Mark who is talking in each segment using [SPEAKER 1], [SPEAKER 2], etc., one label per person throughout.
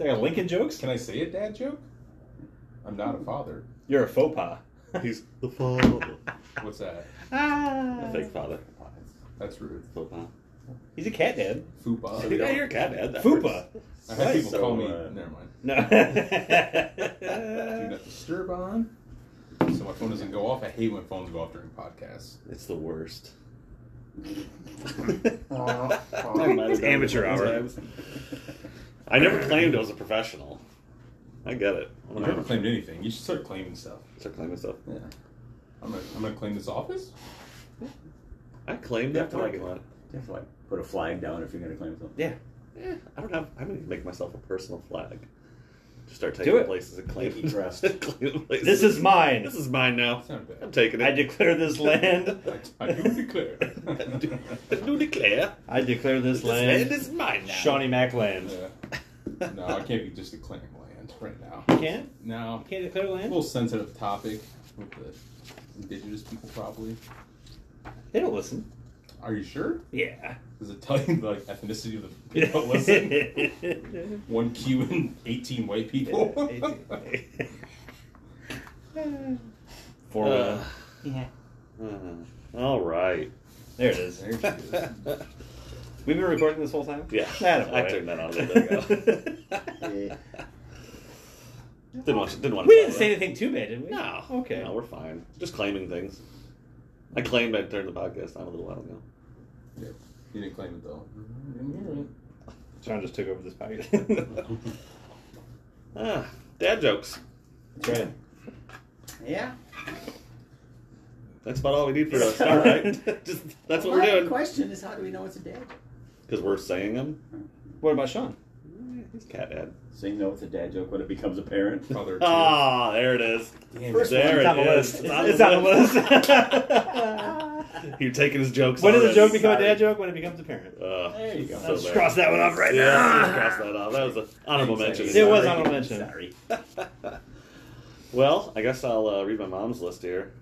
[SPEAKER 1] I got Lincoln jokes?
[SPEAKER 2] Can I say a dad joke? I'm not a father.
[SPEAKER 1] You're a faux pas.
[SPEAKER 3] He's the father.
[SPEAKER 2] What's that?
[SPEAKER 1] Ah.
[SPEAKER 3] A fake father.
[SPEAKER 2] That's rude.
[SPEAKER 3] Faux pas.
[SPEAKER 1] He's a cat dad.
[SPEAKER 3] I
[SPEAKER 2] Fupa.
[SPEAKER 3] think I hear cat dad. That
[SPEAKER 1] Fupa.
[SPEAKER 3] hurts.
[SPEAKER 2] I had people
[SPEAKER 3] So,
[SPEAKER 2] call me.
[SPEAKER 3] uh,
[SPEAKER 2] Never mind.
[SPEAKER 1] No.
[SPEAKER 2] Do not disturb on. So my phone doesn't go off. I hate when phones go off during podcasts.
[SPEAKER 3] It's the worst.
[SPEAKER 1] It's amateur hour.
[SPEAKER 3] I never claimed I was a professional. I get it.
[SPEAKER 2] I never claimed anything. You should start claiming stuff.
[SPEAKER 3] Start claiming stuff.
[SPEAKER 2] Yeah. I'm gonna, I'm gonna claim this office.
[SPEAKER 3] I claimed
[SPEAKER 4] You
[SPEAKER 3] that
[SPEAKER 4] have to like
[SPEAKER 3] parking
[SPEAKER 4] it.
[SPEAKER 3] lot.
[SPEAKER 4] You have to like put a flag down if you're going to claim something.
[SPEAKER 1] yeah.
[SPEAKER 3] Eh, I don't have. I'm gonna make myself a personal flag. Just start
[SPEAKER 1] Do
[SPEAKER 3] taking
[SPEAKER 1] it.
[SPEAKER 3] places and claiming
[SPEAKER 4] Pinky dressed.
[SPEAKER 3] claiming places.
[SPEAKER 1] This is mine.
[SPEAKER 3] This is mine now.
[SPEAKER 2] That's not
[SPEAKER 3] I'm
[SPEAKER 2] bad.
[SPEAKER 3] taking it.
[SPEAKER 1] I declare this land.
[SPEAKER 2] I do declare.
[SPEAKER 3] I do- I do declare.
[SPEAKER 1] I declare this
[SPEAKER 3] This land
[SPEAKER 1] land.
[SPEAKER 3] is mine now.
[SPEAKER 1] Shawnee Mac land.
[SPEAKER 2] Yeah. No, I can't be just declaring land right now.
[SPEAKER 1] You can't?
[SPEAKER 2] No.
[SPEAKER 1] You can't declare
[SPEAKER 2] A
[SPEAKER 1] land?
[SPEAKER 2] little sensitive topic with the indigenous people, probably.
[SPEAKER 1] They don't listen.
[SPEAKER 2] Are you sure?
[SPEAKER 1] Yeah.
[SPEAKER 2] Does it tell you the like, ethnicity of the people that listen? One Q and 18 white people?
[SPEAKER 1] Four
[SPEAKER 3] Uh,
[SPEAKER 1] Yeah.
[SPEAKER 3] uh, all right.
[SPEAKER 1] There it is.
[SPEAKER 2] There she is.
[SPEAKER 1] We've been recording this whole time?
[SPEAKER 3] Yeah,
[SPEAKER 1] Attaboy.
[SPEAKER 3] I turned that on. There we go. didn't want. Didn't want.
[SPEAKER 1] We
[SPEAKER 3] to
[SPEAKER 1] didn't say anything too bad, did we?
[SPEAKER 3] No.
[SPEAKER 1] Okay.
[SPEAKER 3] No, we're fine. Just claiming things. I claimed I turned the podcast on a little while ago.
[SPEAKER 2] You didn't claim it though. Didn't hear it.
[SPEAKER 1] John just took over this podcast.
[SPEAKER 3] Ah, dad jokes.
[SPEAKER 1] That's right.
[SPEAKER 4] Yeah.
[SPEAKER 3] That's about all we need for a start, right? Just that's what we're
[SPEAKER 4] My
[SPEAKER 3] doing.
[SPEAKER 4] question is how do we know it's a dad?
[SPEAKER 3] Because we're saying them.
[SPEAKER 1] What about Sean?
[SPEAKER 3] Eh, He's cat dad.
[SPEAKER 4] So you know it's a dad joke when it becomes a parent.
[SPEAKER 2] Father, too.
[SPEAKER 3] Ah, there it is.
[SPEAKER 2] Damn
[SPEAKER 4] first
[SPEAKER 3] there
[SPEAKER 1] it's on
[SPEAKER 3] it
[SPEAKER 1] the
[SPEAKER 3] is.
[SPEAKER 1] list. It's, it's on the list.
[SPEAKER 3] You're taking his jokes.
[SPEAKER 1] when does a
[SPEAKER 3] already.
[SPEAKER 1] joke become a
[SPEAKER 3] Sorry.
[SPEAKER 1] dad joke? When it becomes apparent.
[SPEAKER 3] Uh,
[SPEAKER 4] There you go.
[SPEAKER 3] So
[SPEAKER 1] Let's
[SPEAKER 3] there.
[SPEAKER 1] cross that one off right
[SPEAKER 3] yeah,
[SPEAKER 1] now.
[SPEAKER 3] let's cross that off. That was an honorable mention.
[SPEAKER 1] It was
[SPEAKER 3] Sorry.
[SPEAKER 1] honorable mention.
[SPEAKER 4] Sorry.
[SPEAKER 3] Well, I guess I'll uh, read my mom's list here.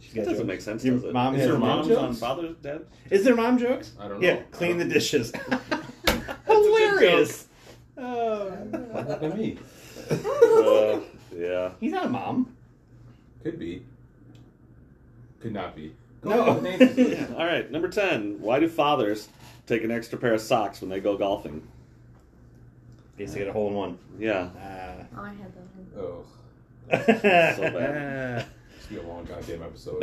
[SPEAKER 1] She's
[SPEAKER 3] That
[SPEAKER 1] got
[SPEAKER 3] doesn't
[SPEAKER 1] jokes.
[SPEAKER 3] make sense,
[SPEAKER 1] Your
[SPEAKER 3] does it?
[SPEAKER 1] mom
[SPEAKER 3] Is
[SPEAKER 1] has
[SPEAKER 3] your
[SPEAKER 1] mom
[SPEAKER 3] mom's
[SPEAKER 1] jokes?
[SPEAKER 3] on father's dad?
[SPEAKER 1] Is there mom jokes?
[SPEAKER 2] I don't know.
[SPEAKER 1] Yeah, clean the dishes.
[SPEAKER 3] good
[SPEAKER 1] Hilarious. Oh.
[SPEAKER 2] What happened to me?
[SPEAKER 3] Uh, yeah.
[SPEAKER 1] He's not a mom.
[SPEAKER 2] Could be. Could not be.
[SPEAKER 1] No.
[SPEAKER 2] Go ahead, Nancy.
[SPEAKER 3] All right, number 10. Why do fathers take an extra pair of socks when they go golfing?
[SPEAKER 1] Basically, got a hole in one.
[SPEAKER 3] Yeah.
[SPEAKER 1] Ah.
[SPEAKER 5] Oh, I had that one.
[SPEAKER 2] oh,
[SPEAKER 3] bad.
[SPEAKER 2] this will be a long goddamn episode.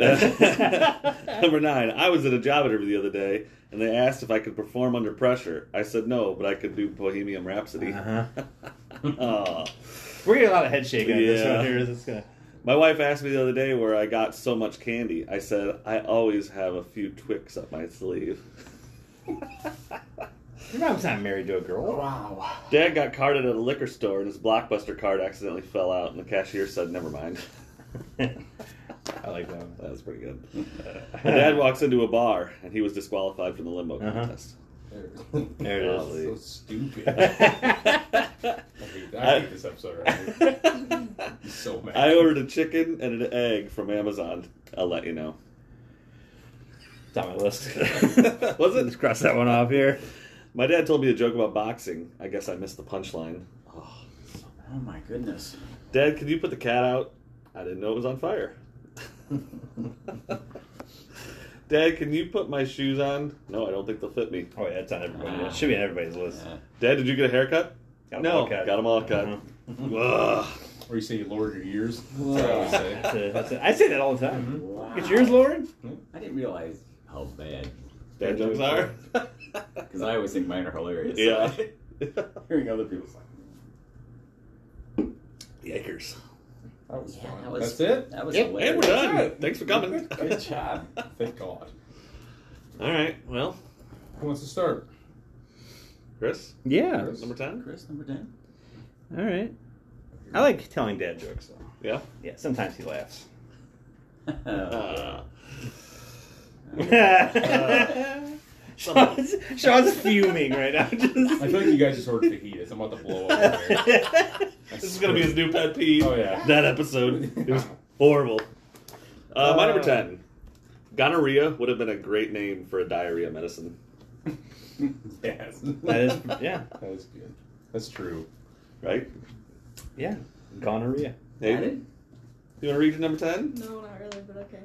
[SPEAKER 3] number 9. I was at a job interview the other day and they asked if I could perform under pressure. I said no, but I could do Bohemian Rhapsody.
[SPEAKER 1] Uh-huh.
[SPEAKER 3] Aw.
[SPEAKER 1] We're getting a lot of head shaking. on This
[SPEAKER 3] Yeah.
[SPEAKER 1] one here is it's gonna.
[SPEAKER 3] My wife asked me the other day where I got so much candy. I said, I always have a few Twix up my sleeve.
[SPEAKER 1] Your mom's not married to a
[SPEAKER 4] Oh.
[SPEAKER 1] girl.
[SPEAKER 4] Wow.
[SPEAKER 3] Dad got carded at a liquor store and his Blockbuster card accidentally fell out, and the cashier said, Never mind.
[SPEAKER 1] I like that one.
[SPEAKER 3] That was pretty good. My dad walks into a bar and he was disqualified from the limbo
[SPEAKER 1] Uh-huh.
[SPEAKER 3] contest.
[SPEAKER 2] There.
[SPEAKER 1] There it is.
[SPEAKER 2] so
[SPEAKER 3] Golly.
[SPEAKER 2] stupid. I hate, I hate this episode. Right? I'm so mad.
[SPEAKER 3] I ordered a chicken and an egg from Amazon. I'll let you know.
[SPEAKER 1] It's on my list.
[SPEAKER 3] Was
[SPEAKER 1] Let's
[SPEAKER 3] it?
[SPEAKER 1] cross that one off here.
[SPEAKER 3] My dad told me a joke about boxing. I guess I missed the punchline. Oh.
[SPEAKER 4] Oh my goodness.
[SPEAKER 3] Dad, could you put the cat out? I didn't know it was on fire. Dad, can you put my shoes on? No, I don't think they'll fit me.
[SPEAKER 1] Oh, yeah, it's on everybody. It should be on everybody's list.
[SPEAKER 4] Uh,
[SPEAKER 3] Dad, did you get a haircut?
[SPEAKER 1] Got 'em
[SPEAKER 3] no,
[SPEAKER 1] all cut.
[SPEAKER 3] got them all cut.
[SPEAKER 1] Mhm.
[SPEAKER 3] Ugh.
[SPEAKER 2] Or you say you lowered your ears. That's what I always
[SPEAKER 1] That's
[SPEAKER 2] say.
[SPEAKER 1] it, that's it. I say that all the time.
[SPEAKER 4] wow.
[SPEAKER 1] Get yours, Lauren.
[SPEAKER 4] I didn't realize how bad.
[SPEAKER 3] Dad jokes are.
[SPEAKER 4] Because I always think mine are hilarious.
[SPEAKER 3] yeah.
[SPEAKER 4] Hearing other people's like,
[SPEAKER 3] Yikers.
[SPEAKER 2] That was
[SPEAKER 4] yeah,
[SPEAKER 2] fun.
[SPEAKER 4] that was,
[SPEAKER 2] That's it.
[SPEAKER 4] That was
[SPEAKER 3] Yep,
[SPEAKER 4] hilarious.
[SPEAKER 3] and we're done. Thanks for coming.
[SPEAKER 4] Good job.
[SPEAKER 2] Thank God.
[SPEAKER 3] All right. Well,
[SPEAKER 2] Who wants to start?
[SPEAKER 3] Chris,
[SPEAKER 1] Yeah.
[SPEAKER 3] number ten.
[SPEAKER 4] Chris, number 10.
[SPEAKER 1] All right. I like telling dad jokes though.
[SPEAKER 3] Yeah.
[SPEAKER 1] Yeah, sometimes he laughs.
[SPEAKER 3] Uh,
[SPEAKER 1] Uh, Sean's, Sean's fuming right now.
[SPEAKER 2] I feel like you guys just ordered fajitas. I'm about to blow up. over here.
[SPEAKER 3] this is gonna be his new pet peeve.
[SPEAKER 2] Oh, yeah.
[SPEAKER 3] That episode. It was horrible. Uh, my number
[SPEAKER 1] Uh.
[SPEAKER 3] ten. Gonorrhea would have been a great name for a diarrhea medicine.
[SPEAKER 2] yes.
[SPEAKER 1] that is, yeah.
[SPEAKER 2] That was good. That's true.
[SPEAKER 3] right?
[SPEAKER 1] Yeah. Gonorrhea.
[SPEAKER 4] Got
[SPEAKER 3] Hayden,
[SPEAKER 4] it?
[SPEAKER 3] you want to read your number ten?
[SPEAKER 5] No, not really, but okay.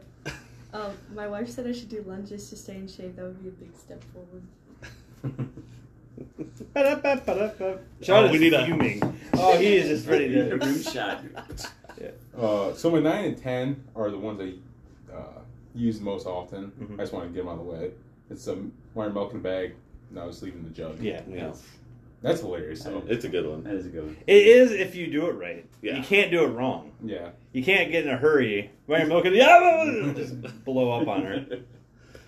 [SPEAKER 5] Um, my wife said I should do lunges to stay in shape. That would be a big step forward.
[SPEAKER 1] Sean
[SPEAKER 3] Oh, we
[SPEAKER 1] is
[SPEAKER 3] need a-
[SPEAKER 1] fuming. Oh, he is just ready
[SPEAKER 4] Your
[SPEAKER 1] to.
[SPEAKER 4] boom shot.
[SPEAKER 2] Uh, so my nine and ten are the ones I uh, use most often.
[SPEAKER 1] Mhm.
[SPEAKER 3] Mm-hmm.
[SPEAKER 2] I just want to get them out of the way. It's um, my milk in a bag, and I was leaving the jug.
[SPEAKER 1] Yeah.
[SPEAKER 3] yeah,
[SPEAKER 2] that's hilarious. So
[SPEAKER 3] it's a good one.
[SPEAKER 4] That is a good one.
[SPEAKER 1] It is if you do it right.
[SPEAKER 3] Yeah.
[SPEAKER 1] You can't do it wrong.
[SPEAKER 2] yeah,
[SPEAKER 1] You can't get in a hurry. When you're milking, yeah, just blow up on her.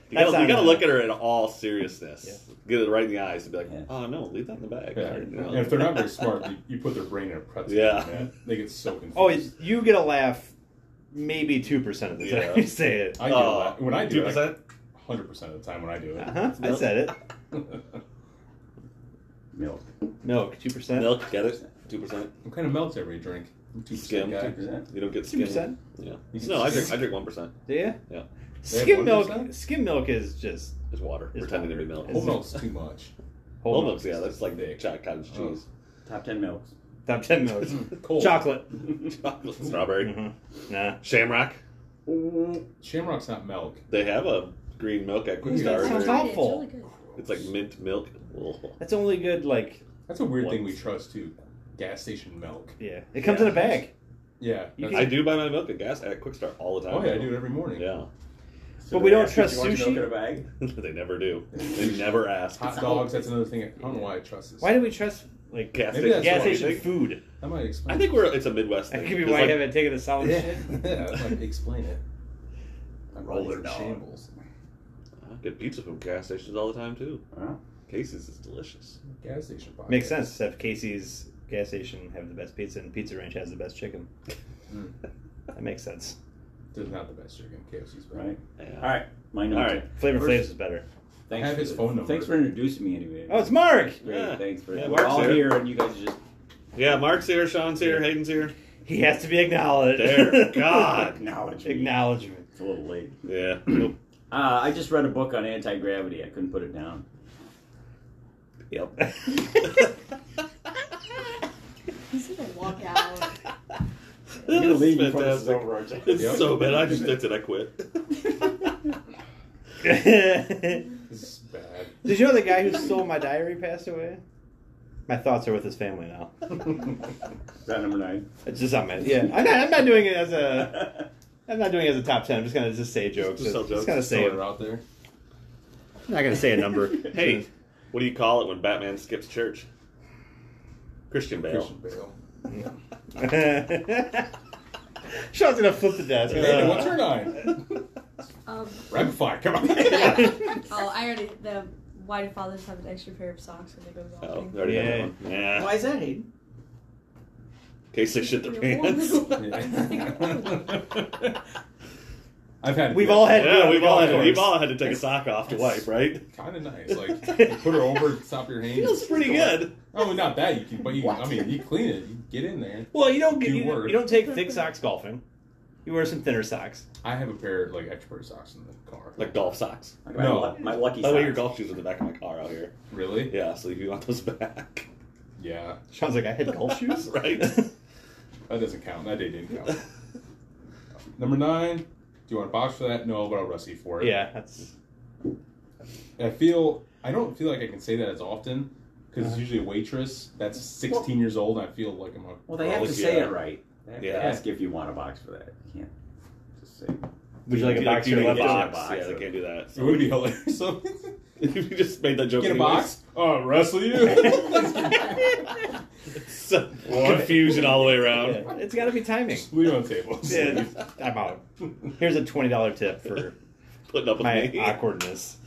[SPEAKER 3] You gotta,
[SPEAKER 1] That's
[SPEAKER 3] you
[SPEAKER 1] not
[SPEAKER 3] gotta
[SPEAKER 1] bad.
[SPEAKER 3] look at her in all seriousness. Get it right in the eyes and be like,
[SPEAKER 4] Yeah.
[SPEAKER 3] oh no, leave that in the bag.
[SPEAKER 2] yeah.
[SPEAKER 3] Or, you know.
[SPEAKER 2] And if they're not very smart, you, you put their brain in a pretzel.
[SPEAKER 3] Yeah.
[SPEAKER 2] man. they get so confused.
[SPEAKER 1] Oh, it's- you get a laugh maybe 2% of the time
[SPEAKER 3] Yeah.
[SPEAKER 1] you say it.
[SPEAKER 2] I do
[SPEAKER 3] Oh,
[SPEAKER 1] uh,
[SPEAKER 2] that when I do it.
[SPEAKER 3] 2%?
[SPEAKER 2] Hundred percent of the time when I do
[SPEAKER 1] Uh-huh. I said it.
[SPEAKER 2] it.
[SPEAKER 4] Milk.
[SPEAKER 1] Milk, 2%.
[SPEAKER 3] Milk, get it? Two percent.
[SPEAKER 2] what kind of milk do I really drink? I'm Two
[SPEAKER 3] Skim.
[SPEAKER 2] percent guy.
[SPEAKER 3] You don't get skim.
[SPEAKER 1] 2%.
[SPEAKER 3] Yeah.
[SPEAKER 2] You-
[SPEAKER 3] No, I drink. I drink one percent.
[SPEAKER 1] Do you?
[SPEAKER 3] Yeah.
[SPEAKER 2] They have
[SPEAKER 1] Skim milk.
[SPEAKER 2] 1%?
[SPEAKER 1] Skim milk is just
[SPEAKER 3] It's water.
[SPEAKER 1] It's
[SPEAKER 3] Pretending to be
[SPEAKER 1] water.
[SPEAKER 3] milk.
[SPEAKER 2] Whole milk's too much.
[SPEAKER 1] whole
[SPEAKER 3] Whole
[SPEAKER 1] milk.
[SPEAKER 3] milk's- Yeah, that's like the ch- cottage
[SPEAKER 2] Oh.
[SPEAKER 3] cheese,
[SPEAKER 4] Top 10 milks.
[SPEAKER 1] Top 10 milks.
[SPEAKER 2] Cold.
[SPEAKER 1] Chocolate.
[SPEAKER 3] chocolate, strawberry,
[SPEAKER 1] Mhm. Nah.
[SPEAKER 3] shamrock.
[SPEAKER 2] Shamrock's not milk.
[SPEAKER 3] They have a green milk at Quick
[SPEAKER 2] Ooh, that
[SPEAKER 3] Star.
[SPEAKER 1] sounds
[SPEAKER 5] It's
[SPEAKER 3] It's,
[SPEAKER 1] awful.
[SPEAKER 5] really good.
[SPEAKER 3] like mint milk. Ugh.
[SPEAKER 1] That's only good, like,
[SPEAKER 2] That's a weird thing we
[SPEAKER 3] What?
[SPEAKER 2] trust too. Gas station milk.
[SPEAKER 1] yeah. It comes
[SPEAKER 3] Yeah.
[SPEAKER 1] in a bag.
[SPEAKER 2] Yeah.
[SPEAKER 1] You
[SPEAKER 2] that's-
[SPEAKER 3] I do buy my milk at gas at Quick Start all the time.
[SPEAKER 2] oh yeah, I do it every morning.
[SPEAKER 3] Yeah,
[SPEAKER 1] But we don't
[SPEAKER 4] ask if
[SPEAKER 1] trust
[SPEAKER 4] you want
[SPEAKER 1] sushi.
[SPEAKER 4] Milk in a bag?
[SPEAKER 3] they never do. They never ask.
[SPEAKER 2] Hot dogs. That's another thing. I don't know why I trust this.
[SPEAKER 1] Why do we trust, like,
[SPEAKER 3] Gas
[SPEAKER 2] Maybe that's
[SPEAKER 1] gas
[SPEAKER 2] why we
[SPEAKER 1] station
[SPEAKER 2] think-
[SPEAKER 1] food?
[SPEAKER 2] That might explain.
[SPEAKER 3] I think we're. It's a Midwest thing.
[SPEAKER 1] That could be
[SPEAKER 3] 'Cause,
[SPEAKER 1] why
[SPEAKER 3] like,
[SPEAKER 1] you haven't taken the solid
[SPEAKER 2] Yeah,
[SPEAKER 1] shit.
[SPEAKER 2] yeah, that might explain it. My
[SPEAKER 4] Roller
[SPEAKER 2] body's in
[SPEAKER 4] dog.
[SPEAKER 2] Shambles.
[SPEAKER 3] I get pizza from gas stations all the time too.
[SPEAKER 4] Huh?
[SPEAKER 3] Casey's is delicious.
[SPEAKER 2] Gas station. Podcast.
[SPEAKER 1] Makes sense, except Casey's gas station have the best pizza and Pizza Ranch has the best chicken.
[SPEAKER 2] Mm.
[SPEAKER 1] That makes sense.
[SPEAKER 2] There's not the best chicken. KFC's better.
[SPEAKER 4] Right.
[SPEAKER 3] Yeah.
[SPEAKER 4] All right. My number.
[SPEAKER 3] All right.
[SPEAKER 4] 10.
[SPEAKER 1] Flavor
[SPEAKER 4] First-
[SPEAKER 1] Flavs is better.
[SPEAKER 4] Thanks
[SPEAKER 2] Have
[SPEAKER 4] for
[SPEAKER 2] his
[SPEAKER 4] the-
[SPEAKER 2] phone number.
[SPEAKER 4] Thanks for introducing me anyway.
[SPEAKER 1] Oh, it's Mark!
[SPEAKER 4] Great,
[SPEAKER 3] Yeah.
[SPEAKER 4] thanks for
[SPEAKER 3] Yeah,
[SPEAKER 4] We're
[SPEAKER 3] Mark's
[SPEAKER 4] all
[SPEAKER 3] here.
[SPEAKER 4] here, and you guys just
[SPEAKER 3] Yeah, Mark's here, Sean's here, Hayden's here.
[SPEAKER 1] He has to be acknowledged.
[SPEAKER 3] There,
[SPEAKER 1] Ah.
[SPEAKER 3] God.
[SPEAKER 4] acknowledge me.
[SPEAKER 1] Acknowledgement.
[SPEAKER 4] It's a little late.
[SPEAKER 3] Yeah.
[SPEAKER 4] Uh, I just read a book on anti gravity. I couldn't put it down.
[SPEAKER 3] yep.
[SPEAKER 5] He's gonna walk out.
[SPEAKER 4] You're gonna leave
[SPEAKER 3] It's
[SPEAKER 4] before this is
[SPEAKER 3] fantastic.
[SPEAKER 4] over, aren't you?
[SPEAKER 3] It's
[SPEAKER 2] Yep.
[SPEAKER 3] so bad. I just that's it. I quit.
[SPEAKER 1] Did
[SPEAKER 2] This is bad.
[SPEAKER 1] you know the guy who stole my diary passed away? My thoughts are with his family now.
[SPEAKER 4] Is that number nine?
[SPEAKER 1] It's just on my yeah. I'm not, I'm not doing it as a I'm not doing it as a top ten. I'm just gonna just say jokes.
[SPEAKER 3] Just tell jokes.
[SPEAKER 1] gonna
[SPEAKER 2] Throw
[SPEAKER 1] say
[SPEAKER 2] it out there.
[SPEAKER 1] I'm not gonna say a number.
[SPEAKER 3] hey, what do you call it when Batman skips church? Christian Bale.
[SPEAKER 2] Christian Bale.
[SPEAKER 1] Sean's gonna flip the desk. Uh,
[SPEAKER 2] Hey, what's your nine?
[SPEAKER 5] Um,
[SPEAKER 2] Rapid fire. Come on.
[SPEAKER 5] oh, I already. The why do fathers have an extra pair of socks when they go
[SPEAKER 3] Oh,
[SPEAKER 5] golfing?
[SPEAKER 3] they already had
[SPEAKER 1] Yeah.
[SPEAKER 3] that one. Yeah.
[SPEAKER 4] is that, Hayden?
[SPEAKER 3] In case they shit their
[SPEAKER 5] You're warm.
[SPEAKER 3] pants.
[SPEAKER 5] "Oh,
[SPEAKER 2] Yeah. I've had.
[SPEAKER 1] We've all had-
[SPEAKER 3] yeah, we've all
[SPEAKER 1] Of
[SPEAKER 3] had to,
[SPEAKER 1] course.
[SPEAKER 3] we've all had to take a sock off to wipe, right?
[SPEAKER 2] Kind of nice. Like you put her over the top of your hands.
[SPEAKER 3] Feels pretty good.
[SPEAKER 2] Oh, not that you can, but you. I mean, you clean it. You get in there.
[SPEAKER 1] Well, you don't get,
[SPEAKER 2] You
[SPEAKER 1] you,
[SPEAKER 2] were.
[SPEAKER 1] you don't take thick socks golfing. You wear some thinner socks.
[SPEAKER 2] I have a pair of, like extra pair of socks in the car.
[SPEAKER 3] Like golf socks.
[SPEAKER 4] My,
[SPEAKER 2] No.
[SPEAKER 4] lu- my lucky
[SPEAKER 3] By the way, your
[SPEAKER 4] socks.
[SPEAKER 3] Oh, golf shoes are in the back of my car out here.
[SPEAKER 2] really?
[SPEAKER 3] Yeah, so if you want those back,
[SPEAKER 2] Yeah.
[SPEAKER 1] Sean's like, I had golf shoes,
[SPEAKER 3] Right.
[SPEAKER 2] That doesn't count. That day didn't count. Number nine. Do you want to box for that? No, but I'll rusty for it.
[SPEAKER 1] yeah, that's
[SPEAKER 2] I feel. I don't feel like I can say that as often because it's usually a waitress that's 16 years old. And I feel like I'm a.
[SPEAKER 4] Well, they have to
[SPEAKER 3] Rolls,
[SPEAKER 4] say
[SPEAKER 3] yeah.
[SPEAKER 4] it right. They have
[SPEAKER 3] Yeah.
[SPEAKER 4] to ask if you want a box for that. You can't just say.
[SPEAKER 1] Would you like a
[SPEAKER 3] Do
[SPEAKER 1] box
[SPEAKER 3] do you
[SPEAKER 1] or a
[SPEAKER 3] need
[SPEAKER 1] left
[SPEAKER 3] box?
[SPEAKER 4] box?
[SPEAKER 3] Yeah, they can't do that.
[SPEAKER 2] It
[SPEAKER 3] So
[SPEAKER 2] would be hilarious. So,
[SPEAKER 3] if you just made that joke.
[SPEAKER 2] get a
[SPEAKER 3] anyways.
[SPEAKER 2] box. Oh, wrestle you.
[SPEAKER 3] So, confusion all the way around.
[SPEAKER 1] yeah, it's got to be timing.
[SPEAKER 2] Leave it on the table.
[SPEAKER 1] Yeah, I'm out. Here's a twenty dollar tip for
[SPEAKER 3] Putting up with
[SPEAKER 1] my
[SPEAKER 3] me.
[SPEAKER 1] awkwardness.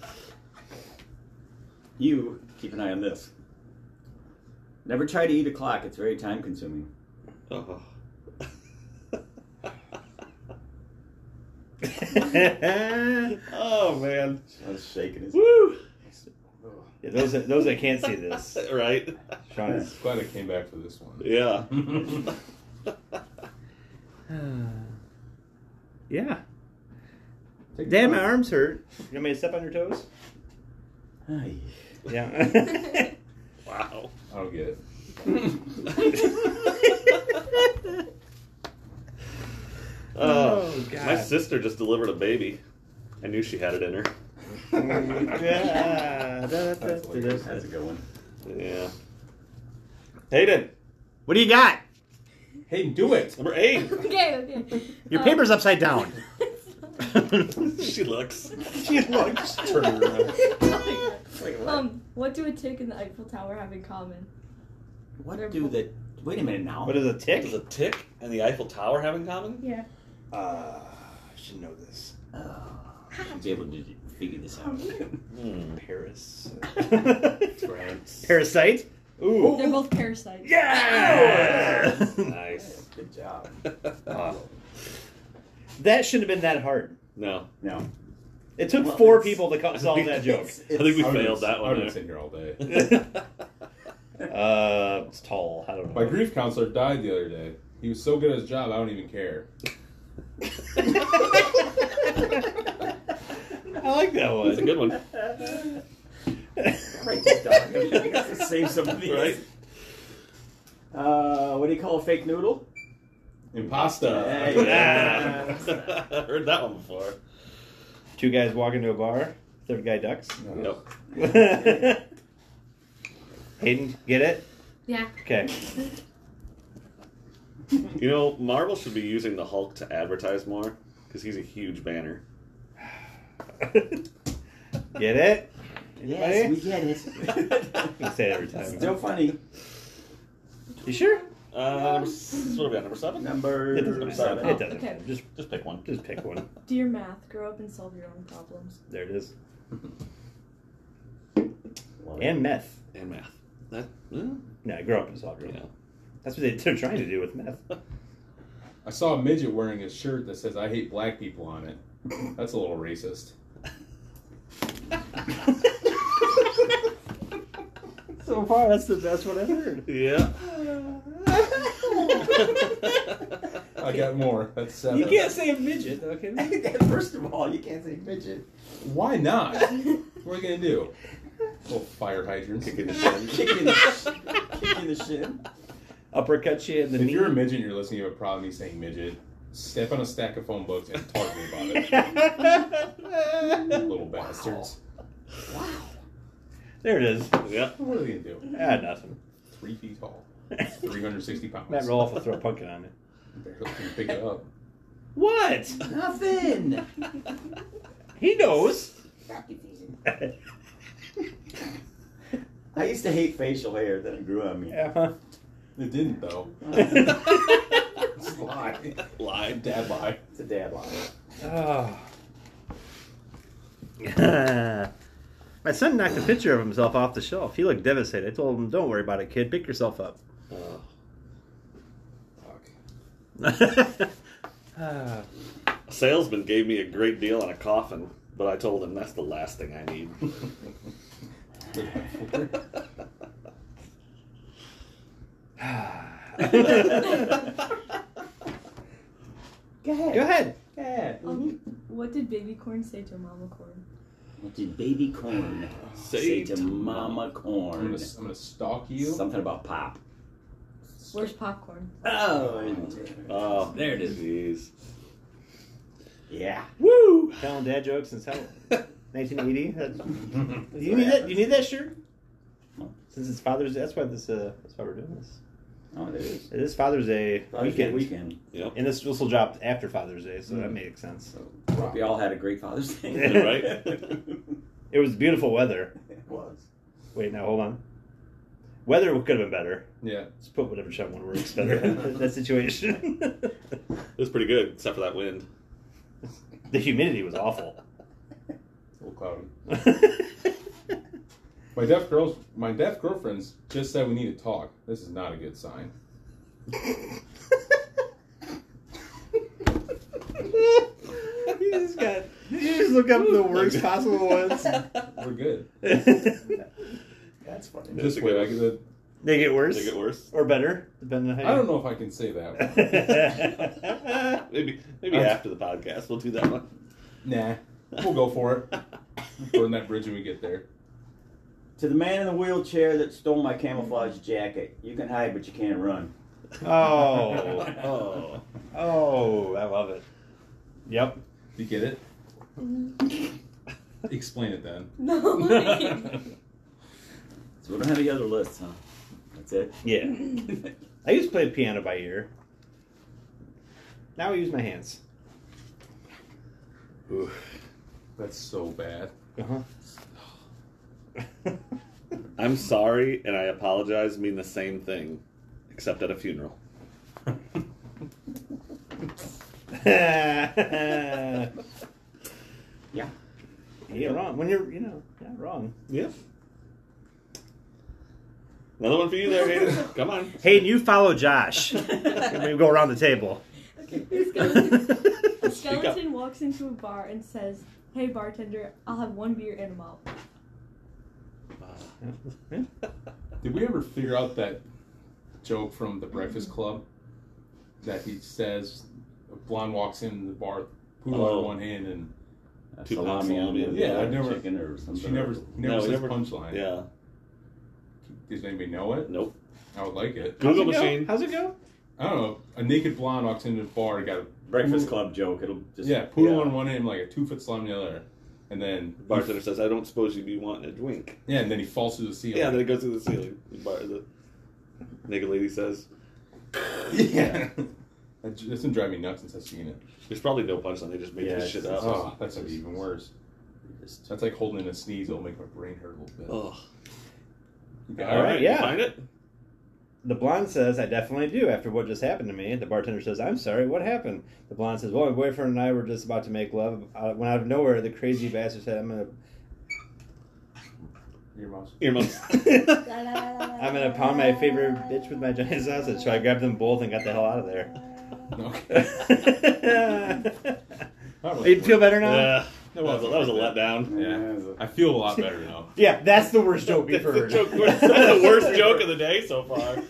[SPEAKER 4] You keep an eye on this. Never try to eat a clock. It's very time consuming.
[SPEAKER 3] Oh.
[SPEAKER 1] yeah,
[SPEAKER 3] oh man.
[SPEAKER 4] I was shaking his.
[SPEAKER 3] Woo.
[SPEAKER 1] those that, those that can't see this,
[SPEAKER 3] Right.
[SPEAKER 1] Sean is.
[SPEAKER 2] Glad I came back for this one.
[SPEAKER 3] Yeah.
[SPEAKER 1] yeah.
[SPEAKER 2] Take
[SPEAKER 1] Damn,
[SPEAKER 2] the
[SPEAKER 1] my
[SPEAKER 2] time.
[SPEAKER 1] arms hurt. You want me to step on your toes?
[SPEAKER 4] Hi.
[SPEAKER 1] Yeah.
[SPEAKER 3] wow.
[SPEAKER 2] I don't get it.
[SPEAKER 1] Oh, God.
[SPEAKER 3] Uh, My sister just delivered a baby. I knew she had it in her.
[SPEAKER 1] Yeah, da- da-
[SPEAKER 2] That's
[SPEAKER 1] da-
[SPEAKER 2] hilarious.
[SPEAKER 1] da-
[SPEAKER 4] That's a good one.
[SPEAKER 3] Yeah. Hayden,
[SPEAKER 1] What do you got?
[SPEAKER 2] Hey, do it.
[SPEAKER 3] number eight.
[SPEAKER 5] okay, okay.
[SPEAKER 1] Your
[SPEAKER 5] Um,
[SPEAKER 1] paper's upside down.
[SPEAKER 3] she looks.
[SPEAKER 1] she looks.
[SPEAKER 2] Turn it around.
[SPEAKER 5] um, what do a tick and the Eiffel Tower have in common?
[SPEAKER 4] What do the? Wait a minute now.
[SPEAKER 1] What is a tick?
[SPEAKER 3] Does a tick and the Eiffel Tower have in common?
[SPEAKER 5] Yeah.
[SPEAKER 1] Uh, I should know this.
[SPEAKER 4] Should be able to figure this out.
[SPEAKER 3] Hmm.
[SPEAKER 1] Paris.
[SPEAKER 2] Grants.
[SPEAKER 1] Parasite? Ooh.
[SPEAKER 5] They're both parasites.
[SPEAKER 1] Yeah!
[SPEAKER 3] Nice.
[SPEAKER 4] Good job.
[SPEAKER 1] that shouldn't have been that hard.
[SPEAKER 3] no,
[SPEAKER 4] No.
[SPEAKER 1] It took
[SPEAKER 4] Well,
[SPEAKER 1] four
[SPEAKER 4] it's-
[SPEAKER 1] people to co- solve that joke.
[SPEAKER 4] It's-
[SPEAKER 3] I think we
[SPEAKER 4] it's-
[SPEAKER 2] I would've-
[SPEAKER 3] failed that
[SPEAKER 2] I
[SPEAKER 3] one.
[SPEAKER 2] would have
[SPEAKER 3] there.
[SPEAKER 2] been here all day.
[SPEAKER 1] Uh, it's tall. I don't
[SPEAKER 2] My
[SPEAKER 1] know.
[SPEAKER 2] grief counselor died the other day. He was so good at his job, I don't even care.
[SPEAKER 1] I like that
[SPEAKER 3] That's a
[SPEAKER 1] one.
[SPEAKER 3] good one,
[SPEAKER 4] Write this down. I think I have to save some of these.
[SPEAKER 3] right?
[SPEAKER 4] Uh, what do you call a fake noodle?
[SPEAKER 2] Impasta.
[SPEAKER 4] Yeah,
[SPEAKER 3] Yeah.
[SPEAKER 4] yeah.
[SPEAKER 3] Heard that one before.
[SPEAKER 1] Two guys walk into a bar. Third guy ducks.
[SPEAKER 3] Nope.
[SPEAKER 1] Hayden, get it?
[SPEAKER 5] Yeah.
[SPEAKER 1] Okay.
[SPEAKER 3] You know, Marvel should be using the Hulk to advertise more because he's a huge banner.
[SPEAKER 1] Get it?
[SPEAKER 4] Yes, we
[SPEAKER 1] Anybody?
[SPEAKER 4] get it.
[SPEAKER 1] I say it every time.
[SPEAKER 4] Still funny.
[SPEAKER 1] You sure?
[SPEAKER 3] Uh, number, s- what are we at? Number seven?
[SPEAKER 4] Number
[SPEAKER 1] It doesn't
[SPEAKER 4] seven.
[SPEAKER 1] matter. It doesn't
[SPEAKER 5] Okay.
[SPEAKER 1] matter. Just,
[SPEAKER 3] Just pick one.
[SPEAKER 1] just pick one.
[SPEAKER 5] Do your math. Grow up and solve your own problems.
[SPEAKER 1] There it is.
[SPEAKER 4] Love it.
[SPEAKER 1] And meth.
[SPEAKER 3] And math. That, mm,
[SPEAKER 1] No, grow up and solve your
[SPEAKER 3] yeah.
[SPEAKER 1] own. That's what they- they're trying to do with meth.
[SPEAKER 2] I saw a midget wearing a shirt that says "I hate black people" on it. That's a little racist.
[SPEAKER 1] So far, that's the best one I've heard.
[SPEAKER 3] Yeah.
[SPEAKER 2] I got more. That's seven.
[SPEAKER 1] You can't say midget, okay?
[SPEAKER 4] First of all, you can't say midget.
[SPEAKER 2] Why not? What are you gonna do? Little fire hydrants.
[SPEAKER 4] Kick you in the sh- kick you in the shin.
[SPEAKER 1] Uppercut you in the
[SPEAKER 2] If
[SPEAKER 1] knee.
[SPEAKER 2] you're a midget and you're listening, you have a problem. You saying midget. Step on a stack of phone books and talk to me about it, little bastards.
[SPEAKER 1] there it is.
[SPEAKER 3] yeah.
[SPEAKER 2] What are they gonna do?
[SPEAKER 1] Ah, nothing.
[SPEAKER 2] Three feet tall, 360 pounds.
[SPEAKER 1] Matt Roloff will throw a pumpkin on it.
[SPEAKER 2] Barely can pick it up.
[SPEAKER 1] What?
[SPEAKER 4] Nothing.
[SPEAKER 1] He knows.
[SPEAKER 4] I used to hate facial hair, then it grew on me.
[SPEAKER 1] Uh-huh.
[SPEAKER 2] It didn't though. It's a lie.
[SPEAKER 3] Lie.
[SPEAKER 2] Dad lie.
[SPEAKER 4] It's a dad line.
[SPEAKER 1] Oh. My son knocked a picture of himself off the shelf. He looked devastated. I told him, "Don't worry about it, kid. Pick yourself up."
[SPEAKER 3] Oh,
[SPEAKER 2] Fuck.
[SPEAKER 1] Ah.
[SPEAKER 3] a salesman gave me a great deal on a coffin, but I told him that's the last thing I need.
[SPEAKER 4] Go ahead.
[SPEAKER 1] Go ahead.
[SPEAKER 4] Go ahead.
[SPEAKER 5] Um, what did baby corn say to mama corn?
[SPEAKER 4] What did baby corn
[SPEAKER 3] Say
[SPEAKER 4] say, to
[SPEAKER 3] to
[SPEAKER 4] mama
[SPEAKER 2] I'm
[SPEAKER 4] corn?
[SPEAKER 2] gonna, I'm gonna stalk you.
[SPEAKER 4] Something about pop.
[SPEAKER 5] Where's popcorn?
[SPEAKER 4] Oh,
[SPEAKER 3] Oh,
[SPEAKER 4] there it is.
[SPEAKER 3] is.
[SPEAKER 4] Yeah.
[SPEAKER 1] Woo! Telling dad jokes since how? 1980. That's- You need that. You need that shirt. Since it's Father's Day, that's why this. Uh, that's why we're doing this.
[SPEAKER 4] Oh, there it is.
[SPEAKER 1] It is Father's Day
[SPEAKER 4] Weekend.
[SPEAKER 1] Oh, weekend, Mm-hmm.
[SPEAKER 4] Weekend.
[SPEAKER 3] Yep.
[SPEAKER 1] and this this will drop after Father's Day, so that makes sense.
[SPEAKER 4] Hope you all had a great Father's Day.
[SPEAKER 1] Yeah,
[SPEAKER 3] right?
[SPEAKER 4] it
[SPEAKER 1] It was beautiful weather.
[SPEAKER 4] was.
[SPEAKER 1] Wait, no, hold on. Weather could have been better.
[SPEAKER 2] Yeah.
[SPEAKER 1] Just put whatever shot one works better in that situation.
[SPEAKER 3] It was pretty good, except for that wind.
[SPEAKER 1] the humidity was awful.
[SPEAKER 2] A little cloudy.
[SPEAKER 1] That's
[SPEAKER 2] My deaf girls, my deaf girlfriends just said we need to talk. This is not a good sign.
[SPEAKER 1] You just got. Did you just look up the worst possible ones?
[SPEAKER 2] We're good.
[SPEAKER 4] That's funny.
[SPEAKER 3] That's
[SPEAKER 2] This
[SPEAKER 3] a
[SPEAKER 2] way,
[SPEAKER 3] good
[SPEAKER 2] I
[SPEAKER 3] one.
[SPEAKER 2] could,
[SPEAKER 1] they get worse
[SPEAKER 3] Did it get worse?
[SPEAKER 1] or better, depending on how.
[SPEAKER 2] I don't know if I can say that. One.
[SPEAKER 1] know.
[SPEAKER 3] Maybe maybe
[SPEAKER 2] Uh,
[SPEAKER 3] after the podcast we'll do that one.
[SPEAKER 2] Nah, we'll go for it. Burn that bridge when we get there.
[SPEAKER 4] To the man in the wheelchair that stole my camouflage jacket, you can hide, but you can't run.
[SPEAKER 1] Oh,
[SPEAKER 3] Oh.
[SPEAKER 1] oh, I love it. Yep.
[SPEAKER 2] You get it? Explain it then.
[SPEAKER 5] No.
[SPEAKER 4] So we don't have any other lists, huh? That's it.
[SPEAKER 1] Yeah. I used to play the piano by ear. Now I use my hands.
[SPEAKER 2] That's so bad.
[SPEAKER 1] Uh huh.
[SPEAKER 3] I'm sorry and I apologize mean the same thing, except at a funeral.
[SPEAKER 1] yeah,
[SPEAKER 4] Yeah.
[SPEAKER 1] wrong. When you're, you know, yeah, wrong.
[SPEAKER 3] Yep. Another one for you there, Hayden. Come on.
[SPEAKER 1] Hayden, you follow Josh. we go around the table.
[SPEAKER 5] okay, let's go. A skeleton walks into a bar and says, "Hey bartender, I'll have one beer and a malt."
[SPEAKER 2] Did we ever figure out that joke from The Breakfast Club that he says a blonde walks in the bar, poodle
[SPEAKER 3] Oh.
[SPEAKER 2] in one hand, and
[SPEAKER 4] A
[SPEAKER 3] Two pounds
[SPEAKER 4] salami on
[SPEAKER 3] salami.
[SPEAKER 4] the
[SPEAKER 2] Yeah, I never-
[SPEAKER 4] chicken or something.
[SPEAKER 2] she never he never
[SPEAKER 3] No,
[SPEAKER 2] says
[SPEAKER 3] never-
[SPEAKER 2] punchline.
[SPEAKER 3] yeah.
[SPEAKER 2] Does anybody know it?
[SPEAKER 3] Nope.
[SPEAKER 2] I would like it.
[SPEAKER 3] Google
[SPEAKER 1] How's it go?
[SPEAKER 3] machine.
[SPEAKER 1] How's it go?
[SPEAKER 2] I don't know. A naked blonde walks into the bar, and got a
[SPEAKER 4] Breakfast Club joke. It'll just
[SPEAKER 2] yeah poodle in one hand, like a two foot slime in the other, and then
[SPEAKER 3] Bartender says, I don't suppose you'd be wanting a drink.
[SPEAKER 2] yeah, and then he falls through the ceiling.
[SPEAKER 3] Yeah, then it goes through the ceiling. The, bar, the naked lady says,
[SPEAKER 2] yeah. That j- This one drive me nuts since I've seen it.
[SPEAKER 3] There's probably no punchline. They just made
[SPEAKER 4] Yeah,
[SPEAKER 3] this
[SPEAKER 4] it's-
[SPEAKER 3] shit
[SPEAKER 4] it's-
[SPEAKER 3] up.
[SPEAKER 2] Oh, that's gonna be even worse.
[SPEAKER 4] Just-
[SPEAKER 2] That's like holding in a sneeze. It'll make my brain hurt a little bit.
[SPEAKER 1] Oh.
[SPEAKER 3] Ugh.
[SPEAKER 2] You
[SPEAKER 1] All
[SPEAKER 2] got
[SPEAKER 1] right,
[SPEAKER 2] it?
[SPEAKER 3] you
[SPEAKER 1] yeah.
[SPEAKER 3] Find it?
[SPEAKER 1] The blonde says, I definitely do, after what just happened to me. The bartender says, I'm sorry, what happened? The blonde says, Well, my boyfriend and I were just about to make love. Uh, When out of nowhere, the crazy bastard said, I'm gonna,
[SPEAKER 2] Your mouse.
[SPEAKER 3] Earmuffs. Uh,
[SPEAKER 1] I'm gonna pound my favorite bitch with my giant sausage. So I grabbed them both and got the hell out of there.
[SPEAKER 2] No.
[SPEAKER 1] Oh, you feel better now?
[SPEAKER 2] That
[SPEAKER 3] Yeah. that, was,
[SPEAKER 2] wasn't
[SPEAKER 3] that was a
[SPEAKER 2] worth
[SPEAKER 3] letdown.
[SPEAKER 4] Yeah. it's a-
[SPEAKER 2] I feel a lot better now.
[SPEAKER 1] Yeah, that's the worst joke we've
[SPEAKER 3] That's the,
[SPEAKER 1] heard.
[SPEAKER 3] joke, that's the worst joke of the day so far.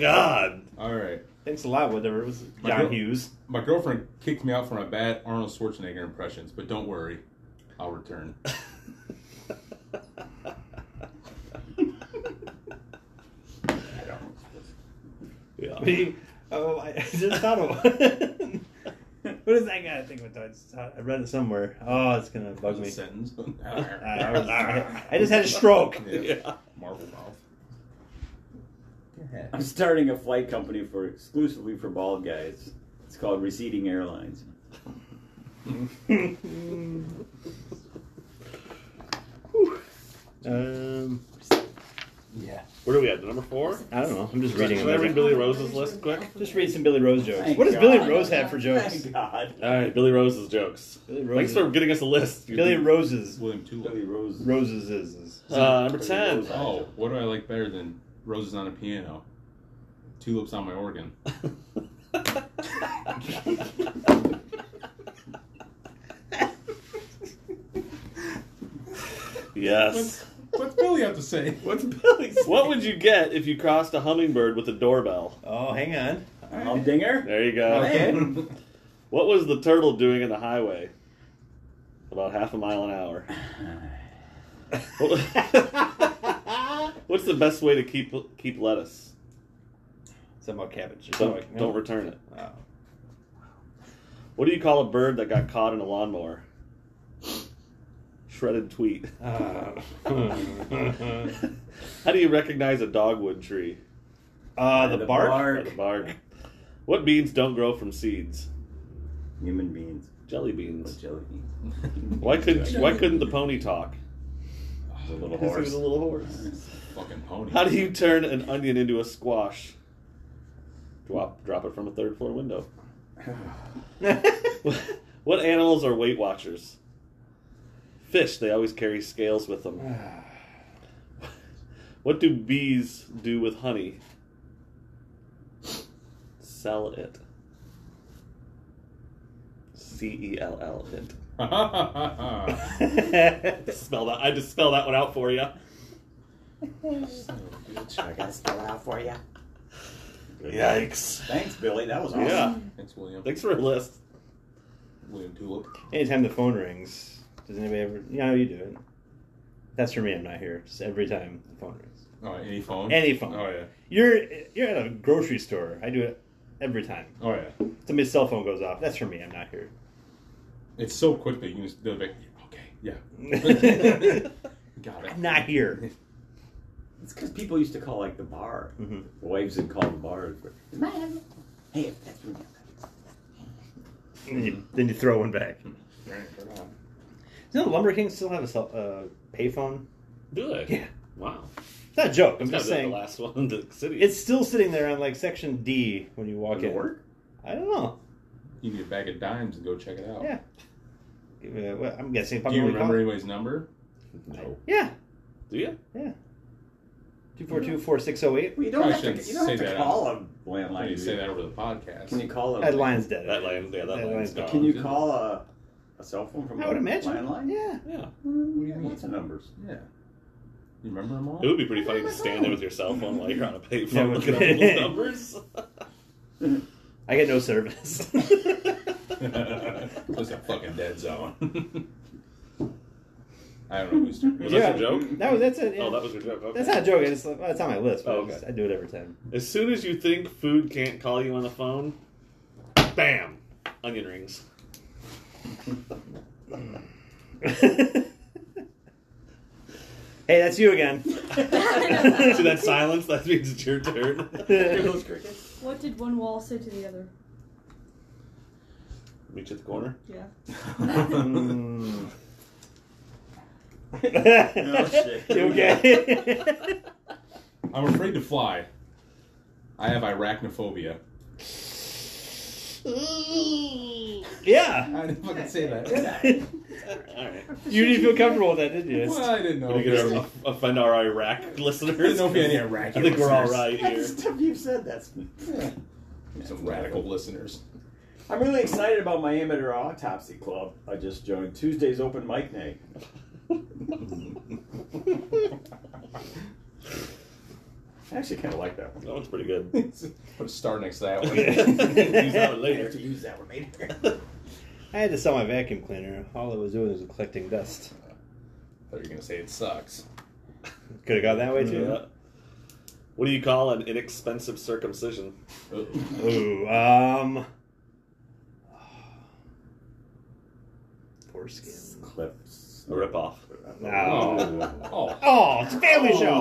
[SPEAKER 3] God.
[SPEAKER 2] All right.
[SPEAKER 1] Thanks a lot, whatever it was.
[SPEAKER 2] My
[SPEAKER 1] John
[SPEAKER 2] girl-
[SPEAKER 1] Hughes.
[SPEAKER 2] My girlfriend kicked me out for my bad Arnold Schwarzenegger impressions, but don't worry, I'll return.
[SPEAKER 3] yeah.
[SPEAKER 1] Me? Oh, I I just thought of one. what is I gotta think of it. I read it somewhere. Oh, it's gonna
[SPEAKER 2] That
[SPEAKER 1] bug
[SPEAKER 2] was a
[SPEAKER 1] me.
[SPEAKER 2] sentence.
[SPEAKER 1] Uh, I, was- I just had a stroke.
[SPEAKER 2] yeah.
[SPEAKER 3] Yeah.
[SPEAKER 2] Marvel mouth.
[SPEAKER 4] I'm starting a flight company for exclusively for bald guys. It's called Receding Airlines.
[SPEAKER 1] Um,
[SPEAKER 2] Yeah.
[SPEAKER 3] What are we at? Number four?
[SPEAKER 1] I don't know. I'm just reading.
[SPEAKER 3] Should I read
[SPEAKER 1] them.
[SPEAKER 3] Billy Rose's list quick?
[SPEAKER 1] Just read some Billy Rose jokes.
[SPEAKER 4] Thank
[SPEAKER 1] What does Billy
[SPEAKER 4] God.
[SPEAKER 1] Rose have for jokes?
[SPEAKER 4] Thank God.
[SPEAKER 3] All right, Billy Rose's jokes.
[SPEAKER 1] Billy
[SPEAKER 3] Thanks for
[SPEAKER 1] Rose's.
[SPEAKER 3] getting us a list.
[SPEAKER 1] Billy Rose's.
[SPEAKER 2] William Toole.
[SPEAKER 4] Billy Rose.
[SPEAKER 1] Roses is. is.
[SPEAKER 3] Uh, number
[SPEAKER 4] Billy
[SPEAKER 3] ten.
[SPEAKER 4] Rose.
[SPEAKER 2] Oh, what do I like better than roses on a piano? Tulips on my organ.
[SPEAKER 3] yes.
[SPEAKER 2] What's Billy have to say?
[SPEAKER 3] What's Billy's? What would you get if you crossed a hummingbird with a doorbell?
[SPEAKER 1] Oh, hang on.
[SPEAKER 4] Al Dinger.
[SPEAKER 3] There you go. What was the turtle doing in the highway? About half a mile an hour. What's the best way to keep keep lettuce?
[SPEAKER 1] Something about cabbage. or
[SPEAKER 3] Don't,
[SPEAKER 1] something.
[SPEAKER 3] don't return it.
[SPEAKER 1] Wow.
[SPEAKER 3] What do you call a bird that got caught in a lawnmower? Shredded tweet.
[SPEAKER 1] Hmm. Uh,
[SPEAKER 3] How do you recognize a dogwood tree?
[SPEAKER 1] uh, the
[SPEAKER 4] The
[SPEAKER 1] bark.
[SPEAKER 4] bark.
[SPEAKER 3] By the bark. What beans don't grow from seeds?
[SPEAKER 4] Human beings.
[SPEAKER 3] Jelly
[SPEAKER 4] What
[SPEAKER 3] beans.
[SPEAKER 4] jelly beans?
[SPEAKER 3] Why couldn't Why couldn't the pony talk?
[SPEAKER 4] The little
[SPEAKER 3] 'Cause he was
[SPEAKER 4] horse.
[SPEAKER 3] a little horse.
[SPEAKER 2] Fucking pony.
[SPEAKER 3] How do you turn an onion into a squash? Drop Drop it from a third floor window. what animals are Weight Watchers? Fish. They always carry scales with them. What do bees do with honey? Sell it. C E L L it. Spell that. I just spell that one out for you.
[SPEAKER 4] I gotta spell it out for you.
[SPEAKER 3] Yikes.
[SPEAKER 4] Thanks, Billy. That was awesome.
[SPEAKER 3] Yeah.
[SPEAKER 2] Thanks, William.
[SPEAKER 3] Thanks for a list.
[SPEAKER 2] William Tulip.
[SPEAKER 1] Anytime the phone rings, does anybody ever? You know, you do it. That's for me. I'm not here. Just every time the phone rings.
[SPEAKER 2] All right, any phone?
[SPEAKER 1] Any phone.
[SPEAKER 2] Oh yeah.
[SPEAKER 1] You're you're at a grocery store. I do it every time.
[SPEAKER 2] Oh yeah.
[SPEAKER 1] Somebody's cell phone goes off. That's for me. I'm not here.
[SPEAKER 2] It's so quick that you can just do like, okay, yeah, got it.
[SPEAKER 1] I'm not here.
[SPEAKER 4] It's because people used to call like the bar.
[SPEAKER 1] Mhm.
[SPEAKER 4] Wives would call the bar. Is my husband? Hey, that's me.
[SPEAKER 1] And you, then you throw one back. Doesn't Lumber King still have a cell, uh, payphone?
[SPEAKER 3] Do they?
[SPEAKER 1] Yeah.
[SPEAKER 3] Wow.
[SPEAKER 1] It's not a joke. I'm
[SPEAKER 3] That's
[SPEAKER 1] just
[SPEAKER 3] gotta be
[SPEAKER 1] saying.
[SPEAKER 3] the last one in the city.
[SPEAKER 1] It's still sitting there on like section D when you walk
[SPEAKER 4] Does it
[SPEAKER 1] in.
[SPEAKER 4] work?
[SPEAKER 1] I don't know.
[SPEAKER 2] You can get a bag of dimes and go check it out.
[SPEAKER 1] Yeah. Uh, well, I'm guessing.
[SPEAKER 2] Do you
[SPEAKER 1] probably
[SPEAKER 2] remember anybody's number?
[SPEAKER 3] no.
[SPEAKER 1] Yeah.
[SPEAKER 3] Do you?
[SPEAKER 1] Two four two four six zero eight.
[SPEAKER 4] Well, you don't
[SPEAKER 2] Probably
[SPEAKER 4] have to.
[SPEAKER 2] shouldn't
[SPEAKER 4] You don't
[SPEAKER 2] say
[SPEAKER 4] have to
[SPEAKER 2] that
[SPEAKER 4] call a
[SPEAKER 2] Why
[SPEAKER 4] landline.
[SPEAKER 2] do you
[SPEAKER 4] do
[SPEAKER 2] say
[SPEAKER 4] you?
[SPEAKER 2] that over the podcast?
[SPEAKER 4] Can you call a
[SPEAKER 1] That line's dead.
[SPEAKER 3] Oh. That line, yeah, that,
[SPEAKER 1] That
[SPEAKER 3] line's
[SPEAKER 1] line's
[SPEAKER 3] gone.
[SPEAKER 2] Oh,
[SPEAKER 4] Can you call a, a cell phone from
[SPEAKER 1] I would
[SPEAKER 4] a
[SPEAKER 1] imagine.
[SPEAKER 4] landline?
[SPEAKER 1] Yeah.
[SPEAKER 3] Yeah.
[SPEAKER 2] What do
[SPEAKER 4] Mm,
[SPEAKER 2] you
[SPEAKER 4] yeah,
[SPEAKER 2] mean?
[SPEAKER 4] Lots of numbers.
[SPEAKER 2] Yeah. You remember them all?
[SPEAKER 3] It would be pretty funny to stand there with your cell phone while you're on a payphone
[SPEAKER 1] Yeah, with-
[SPEAKER 3] looking up people's numbers.
[SPEAKER 1] I get no service.
[SPEAKER 2] It's a fucking dead zone. I don't know who's turn.
[SPEAKER 3] Was
[SPEAKER 2] it.
[SPEAKER 1] Yeah.
[SPEAKER 3] that your joke?
[SPEAKER 1] that was that's it.
[SPEAKER 3] Oh, that was your joke. Okay.
[SPEAKER 1] That's not a joke. It's, like, well, it's on my list. But
[SPEAKER 3] Oh,
[SPEAKER 1] I, just- I
[SPEAKER 3] okay.
[SPEAKER 1] do it every time.
[SPEAKER 3] As soon as you think food can't call you on the phone, bam, onion rings.
[SPEAKER 1] hey, that's you again.
[SPEAKER 3] See that silence? That means it's your turn.
[SPEAKER 5] What did one wall say to the other?
[SPEAKER 3] Meet you at the corner.
[SPEAKER 5] Yeah.
[SPEAKER 3] Hmm.
[SPEAKER 1] Mm.
[SPEAKER 4] shit.
[SPEAKER 1] You okay?
[SPEAKER 2] I'm afraid to fly. I have arachnophobia.
[SPEAKER 1] yeah.
[SPEAKER 2] I didn't fucking say that.
[SPEAKER 1] you
[SPEAKER 3] All right.
[SPEAKER 1] didn't feel comfortable with that, did you?
[SPEAKER 2] Well, I didn't know.
[SPEAKER 3] We could off- offend our Iraq listeners.
[SPEAKER 2] I didn't know if we had any Iraqi
[SPEAKER 3] I think we're all
[SPEAKER 2] listeners.
[SPEAKER 3] right
[SPEAKER 4] That's
[SPEAKER 3] here.
[SPEAKER 4] the stuff you've said. That's.
[SPEAKER 2] Some radical listeners.
[SPEAKER 4] I'm really excited about my amateur autopsy club. I just joined Tuesday's open mic night. I actually kind of like that one.
[SPEAKER 3] That one's pretty good.
[SPEAKER 2] Put a star next to that one.
[SPEAKER 3] Use that one
[SPEAKER 4] I have
[SPEAKER 3] later.
[SPEAKER 4] to use that one later.
[SPEAKER 1] I had to sell my vacuum cleaner. All it was doing was collecting dust.
[SPEAKER 2] I thought you were gonna say it sucks.
[SPEAKER 1] Could have gone that way too.
[SPEAKER 3] Yeah. What do you call an inexpensive circumcision? Oh.
[SPEAKER 1] Ooh, um, foreskin.
[SPEAKER 4] Clips.
[SPEAKER 3] A ripoff.
[SPEAKER 1] No.
[SPEAKER 2] Oh,
[SPEAKER 1] Oh, it's a family
[SPEAKER 4] Oh.
[SPEAKER 1] show.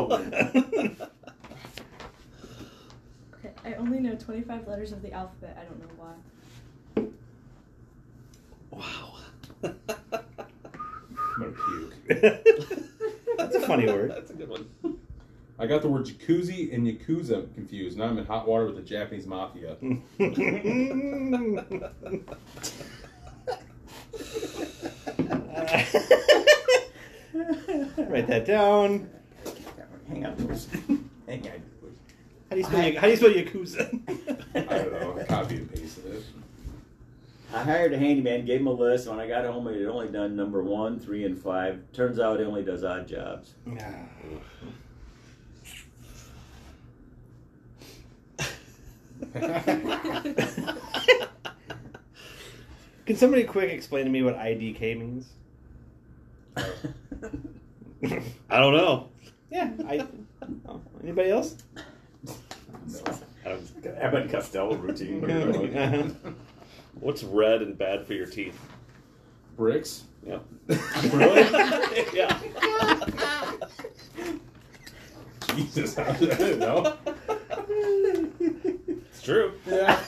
[SPEAKER 5] Okay, I only know 25 letters of the alphabet. I don't know why.
[SPEAKER 3] Wow.
[SPEAKER 2] I'm gonna puke.
[SPEAKER 1] That's a funny word.
[SPEAKER 3] That's a good one.
[SPEAKER 2] I got the word jacuzzi and yakuza confused. Now I'm in hot water with the Japanese mafia.
[SPEAKER 1] Write that down.
[SPEAKER 4] Hang on, please. Hang on.
[SPEAKER 1] How do you spell, how do you spell Yakuza?
[SPEAKER 2] I don't know. Copy and paste it.
[SPEAKER 4] I hired a handyman, gave him a list. When I got home, it had only done number one, three, and five. Turns out it only does odd jobs.
[SPEAKER 1] Can somebody quick explain to me what IDK means?
[SPEAKER 3] I don't know.
[SPEAKER 1] Yeah. I, oh, anybody else?
[SPEAKER 4] Abbott and Costello routine.
[SPEAKER 3] What's red and bad for your teeth?
[SPEAKER 2] Bricks.
[SPEAKER 3] Yep.
[SPEAKER 1] Really?
[SPEAKER 3] yeah.
[SPEAKER 2] Jesus, how did I didn't know.
[SPEAKER 3] It's true.
[SPEAKER 2] Yeah.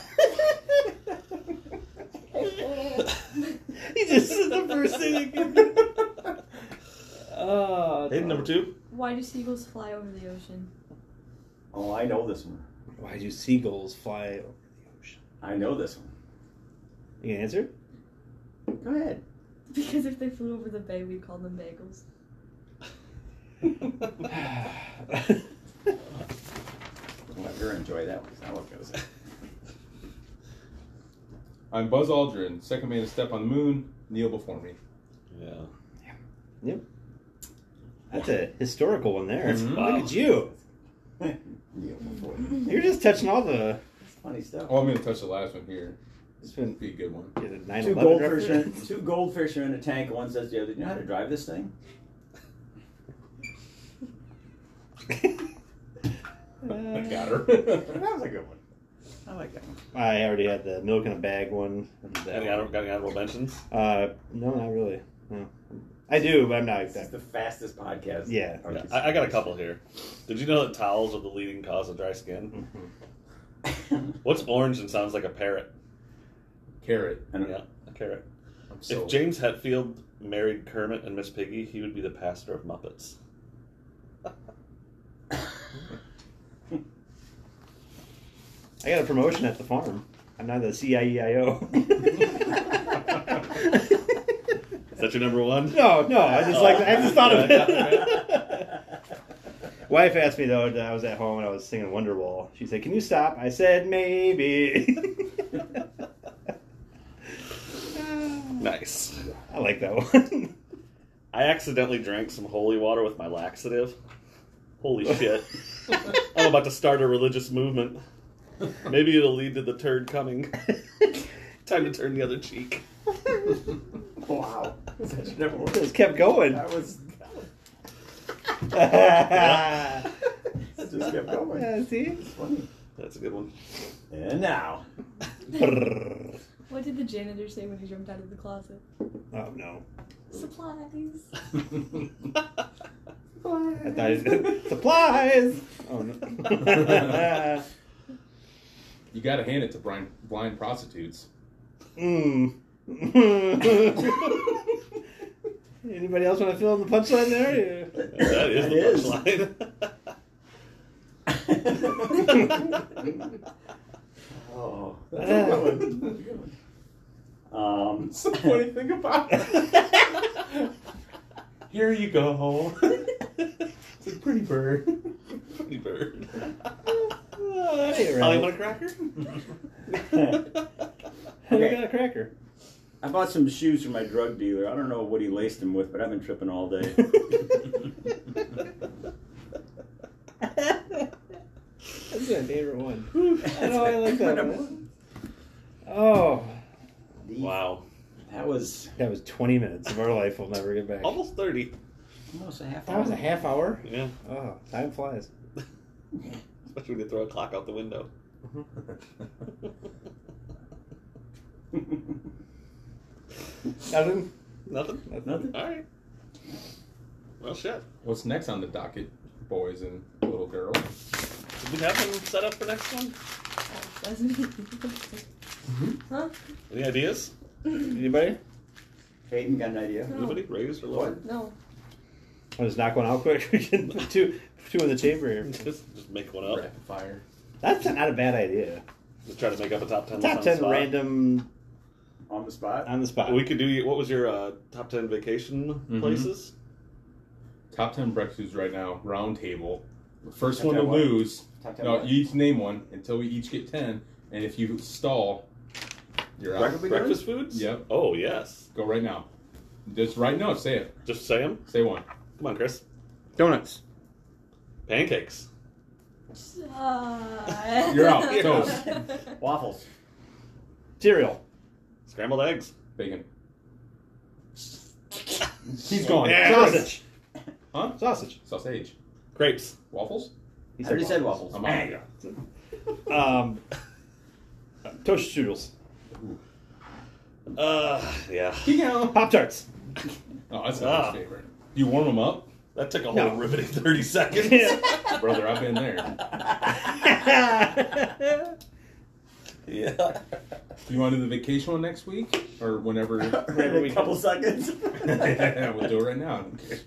[SPEAKER 1] he just said the first thing he could. Oh,
[SPEAKER 3] Hey, number two.
[SPEAKER 5] Why do seagulls fly over the ocean?
[SPEAKER 4] oh, I know this one.
[SPEAKER 1] Why do seagulls fly over the ocean?
[SPEAKER 4] I know this one.
[SPEAKER 1] You can answer?
[SPEAKER 4] Go ahead.
[SPEAKER 5] Because if they flew over the bay, we'd call them bagels.
[SPEAKER 4] Let her enjoy that one. That one goes.
[SPEAKER 2] I'm Buzz Aldrin, second man to step on the moon. Kneel before me.
[SPEAKER 3] Yeah.
[SPEAKER 1] That's a historical one there.
[SPEAKER 2] Mhm.
[SPEAKER 1] Look at you.
[SPEAKER 4] Yeah, before.
[SPEAKER 1] You're just touching all the.
[SPEAKER 4] It's funny stuff.
[SPEAKER 2] Oh, I'm gonna touch the last one here.
[SPEAKER 1] It's been
[SPEAKER 2] Be a good one.
[SPEAKER 1] yeah, the 9/11
[SPEAKER 4] Two goldfish, are,
[SPEAKER 1] reference.
[SPEAKER 4] two goldfish are in a tank. and One says to the other, "Do you know how to drive this thing?"
[SPEAKER 2] I
[SPEAKER 1] Uh,
[SPEAKER 2] got her.
[SPEAKER 1] That was a good one.
[SPEAKER 3] I like that one.
[SPEAKER 1] I already had the milk in a bag one. and that
[SPEAKER 3] Any, honor, got any honorable mentions?
[SPEAKER 1] one. Uh, no, not really. No. I do, but I'm not
[SPEAKER 4] This is
[SPEAKER 1] exact.
[SPEAKER 4] the fastest podcast.
[SPEAKER 1] Yeah.
[SPEAKER 4] on
[SPEAKER 3] Yeah,
[SPEAKER 4] this
[SPEAKER 3] I, I got a
[SPEAKER 4] series.
[SPEAKER 3] couple here. Did you know that towels are the leading cause of dry
[SPEAKER 1] Mm-hmm.
[SPEAKER 3] skin? What's orange and sounds like a parrot?
[SPEAKER 2] Carrot.
[SPEAKER 4] I don't-
[SPEAKER 3] Yeah, a carrot.
[SPEAKER 2] I'm so.
[SPEAKER 3] If James Hetfield married Kermit and Miss Piggy, he would be the pastor of Muppets.
[SPEAKER 1] I got a promotion at the farm. I'm now the E CIEIO.
[SPEAKER 3] Is that your number one?
[SPEAKER 1] no, no. I just like. I just thought of it.
[SPEAKER 4] it.
[SPEAKER 1] Wife asked me though. that I was at home and I was singing Wonderwall. She said, "Can you stop?" I said, "Maybe."
[SPEAKER 3] Nice.
[SPEAKER 1] I like that one.
[SPEAKER 3] I accidentally drank some holy water with my laxative. Holy shit. I'm about to start a religious movement. Maybe it'll lead to the turd coming. Time to turn the other cheek.
[SPEAKER 4] wow.
[SPEAKER 1] just kept going.
[SPEAKER 4] That was.
[SPEAKER 1] yeah,
[SPEAKER 4] It just kept going.
[SPEAKER 1] see?
[SPEAKER 4] It's funny.
[SPEAKER 3] That's a good one.
[SPEAKER 4] And now.
[SPEAKER 1] Brrr.
[SPEAKER 5] What did the janitor say when he jumped out of the closet?
[SPEAKER 1] Oh no.
[SPEAKER 5] Supplies.
[SPEAKER 1] I thought it supplies. Oh no.
[SPEAKER 2] you got to hand it to blind, blind prostitutes.
[SPEAKER 1] mm. Anybody else want to fill in the punchline there?
[SPEAKER 3] That is the punchline.
[SPEAKER 4] oh, that's a good one.
[SPEAKER 2] That's
[SPEAKER 4] Um,
[SPEAKER 2] the funny thing about it. Here you go. It's a pretty bird.
[SPEAKER 3] Pretty bird.
[SPEAKER 1] that ain't
[SPEAKER 3] Holly,
[SPEAKER 1] right.
[SPEAKER 3] want a cracker?
[SPEAKER 4] Um,
[SPEAKER 1] We
[SPEAKER 4] Okay.
[SPEAKER 1] got a cracker.
[SPEAKER 4] I bought some shoes from my drug dealer. I don't know what he laced them with, but I've been tripping all day.
[SPEAKER 1] That's my favorite one. I know I like that one.
[SPEAKER 4] one.
[SPEAKER 1] Oh,
[SPEAKER 3] wow.
[SPEAKER 4] That was
[SPEAKER 1] that was 20 minutes of our life we'll never get back.
[SPEAKER 3] Almost 30.
[SPEAKER 4] almost a half
[SPEAKER 1] That was a half hour.
[SPEAKER 3] Yeah.
[SPEAKER 1] Oh, time flies.
[SPEAKER 3] Especially when you throw a clock out the window.
[SPEAKER 1] Nothing.
[SPEAKER 3] Nothing?
[SPEAKER 4] Nothing.
[SPEAKER 3] All right. Well, shit.
[SPEAKER 2] What's next on the docket, boys and little girl?
[SPEAKER 3] Did we have one set up for next one?
[SPEAKER 2] Mm-hmm.
[SPEAKER 5] huh?
[SPEAKER 3] Any ideas?
[SPEAKER 1] Anybody?
[SPEAKER 4] Hayden got an idea.
[SPEAKER 5] No.
[SPEAKER 3] Anybody? Raised or lowered?
[SPEAKER 5] No.
[SPEAKER 1] I'll just knock one out quick. We can put two, two in the chamber here.
[SPEAKER 3] Just, just make one up.
[SPEAKER 2] Rapid fire.
[SPEAKER 1] That's not a bad idea.
[SPEAKER 3] Just try to make up a top 10 list on
[SPEAKER 1] Top
[SPEAKER 3] the
[SPEAKER 1] 10
[SPEAKER 3] spot.
[SPEAKER 1] random
[SPEAKER 4] On the spot.
[SPEAKER 1] on the spot.
[SPEAKER 3] We could do, what was your uh, top 10 vacation places?
[SPEAKER 2] Top 10 breakfasts right now, round table. The first
[SPEAKER 4] Top
[SPEAKER 2] one to
[SPEAKER 4] 10 what?
[SPEAKER 2] lose.
[SPEAKER 4] Top ten
[SPEAKER 2] No,
[SPEAKER 4] what?
[SPEAKER 2] you each name one until we each get 10. And if you stall, you're out.
[SPEAKER 4] Breakfast-
[SPEAKER 3] Breakfast foods?
[SPEAKER 2] Yep.
[SPEAKER 3] Oh, yes.
[SPEAKER 2] Go right now. Just right now, say it.
[SPEAKER 3] Just say 'em.
[SPEAKER 2] Say one.
[SPEAKER 3] Come on, Chris.
[SPEAKER 1] Donuts.
[SPEAKER 3] Pancakes.
[SPEAKER 5] Uh,
[SPEAKER 2] You're out.
[SPEAKER 3] Toast.
[SPEAKER 4] Waffles.
[SPEAKER 1] Cereal.
[SPEAKER 3] Scrambled eggs.
[SPEAKER 2] Bacon. He's gone.
[SPEAKER 3] Yeah.
[SPEAKER 1] Sausage.
[SPEAKER 2] Huh?
[SPEAKER 1] Sausage.
[SPEAKER 2] Sausage.
[SPEAKER 3] Crepes.
[SPEAKER 2] Waffles?
[SPEAKER 1] He
[SPEAKER 4] I already said waffles.
[SPEAKER 2] I'm
[SPEAKER 4] Bang.
[SPEAKER 2] out.
[SPEAKER 1] Um, toast strudels.
[SPEAKER 3] Uh, yeah.
[SPEAKER 1] Pop Tarts.
[SPEAKER 2] Oh, that's
[SPEAKER 3] Ah.
[SPEAKER 2] not his favorite. You warm them up?
[SPEAKER 3] That took a whole
[SPEAKER 1] No.
[SPEAKER 3] riveting 30 seconds.
[SPEAKER 2] Brother, I've been there.
[SPEAKER 3] yeah.
[SPEAKER 2] You want to do the vacation one next week? Or whenever?
[SPEAKER 4] In a couple seconds.
[SPEAKER 2] yeah, we'll do it right now. Okay.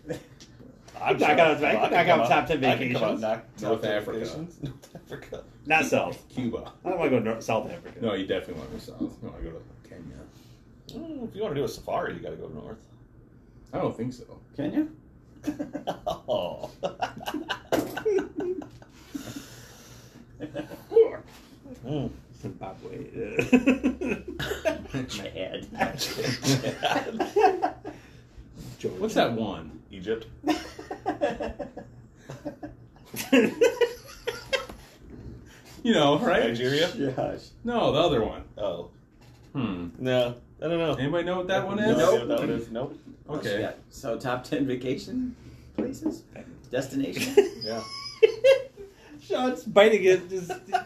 [SPEAKER 3] I'm
[SPEAKER 1] Knock
[SPEAKER 3] sure-
[SPEAKER 1] out- I can knock
[SPEAKER 3] come
[SPEAKER 1] out top 10
[SPEAKER 3] I can
[SPEAKER 1] vacations.
[SPEAKER 3] come out and knock
[SPEAKER 2] North
[SPEAKER 3] top 10
[SPEAKER 2] Africa.
[SPEAKER 3] vacations. North Africa.
[SPEAKER 1] Not South.
[SPEAKER 2] Cuba.
[SPEAKER 1] I don't want to go to North, South Africa.
[SPEAKER 2] No, you definitely want to go south. You want to go to Kenya.
[SPEAKER 3] Mm, if you want to do a safari, you got to go north.
[SPEAKER 2] I don't think so.
[SPEAKER 4] Kenya?
[SPEAKER 3] Oh. Mm.
[SPEAKER 1] Zimbabwe.
[SPEAKER 4] My head.
[SPEAKER 1] Georgia.
[SPEAKER 2] What's that one?
[SPEAKER 3] Egypt.
[SPEAKER 2] You know, right?
[SPEAKER 3] Nigeria.
[SPEAKER 4] Gosh.
[SPEAKER 2] No, the other one.
[SPEAKER 3] Oh.
[SPEAKER 2] Hmm.
[SPEAKER 3] No. I don't know.
[SPEAKER 2] Anybody know what that one is?
[SPEAKER 3] No idea what
[SPEAKER 4] Nope.
[SPEAKER 3] that one is. Nope.
[SPEAKER 4] What else you
[SPEAKER 2] Okay.
[SPEAKER 4] got? So top ten vacation places, destination.
[SPEAKER 3] Yeah.
[SPEAKER 1] Sean's biting it. Just.
[SPEAKER 2] I'm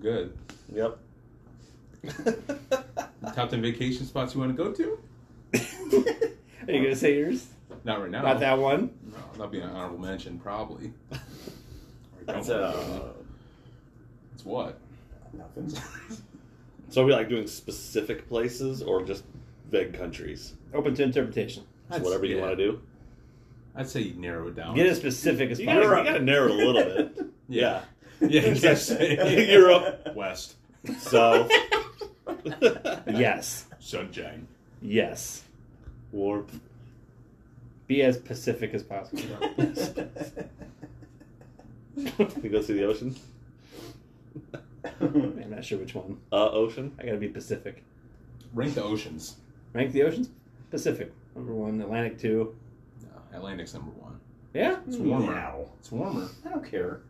[SPEAKER 2] good.
[SPEAKER 3] Yep.
[SPEAKER 2] Top 10 vacation spots you want to go to?
[SPEAKER 1] Are you gonna say yours?
[SPEAKER 2] Not right now.
[SPEAKER 1] Not that one.
[SPEAKER 2] No, that'd be an honorable mention, probably. Or don't
[SPEAKER 4] That's
[SPEAKER 2] wanna
[SPEAKER 4] uh,
[SPEAKER 2] go to. It's what?
[SPEAKER 4] nothing.
[SPEAKER 3] So are we like doing specific places or just vague countries?
[SPEAKER 1] Open to interpretation.
[SPEAKER 3] So whatever you want to do.
[SPEAKER 2] I'd say you narrow it down.
[SPEAKER 1] Get as specific as
[SPEAKER 3] You gotta, you
[SPEAKER 1] possible.
[SPEAKER 3] gotta narrow it a little bit.
[SPEAKER 2] Yeah.
[SPEAKER 3] uh, Yeah.
[SPEAKER 2] Yeah,
[SPEAKER 4] Exactly.
[SPEAKER 2] Europe, West,
[SPEAKER 3] So
[SPEAKER 1] Yes.
[SPEAKER 2] Sunshine.
[SPEAKER 1] Yes.
[SPEAKER 3] warmth.
[SPEAKER 1] Be as pacific as possible.
[SPEAKER 3] You go see the ocean.
[SPEAKER 1] I'm not sure which one.
[SPEAKER 3] Uh, ocean.
[SPEAKER 1] I gotta be Pacific.
[SPEAKER 2] Rank the oceans.
[SPEAKER 1] Rank the oceans. Pacific number one. Atlantic two.
[SPEAKER 2] No, Atlantic's number one.
[SPEAKER 1] Yeah.
[SPEAKER 2] It's warmer.
[SPEAKER 4] Now.
[SPEAKER 2] It's warmer.
[SPEAKER 4] I don't care.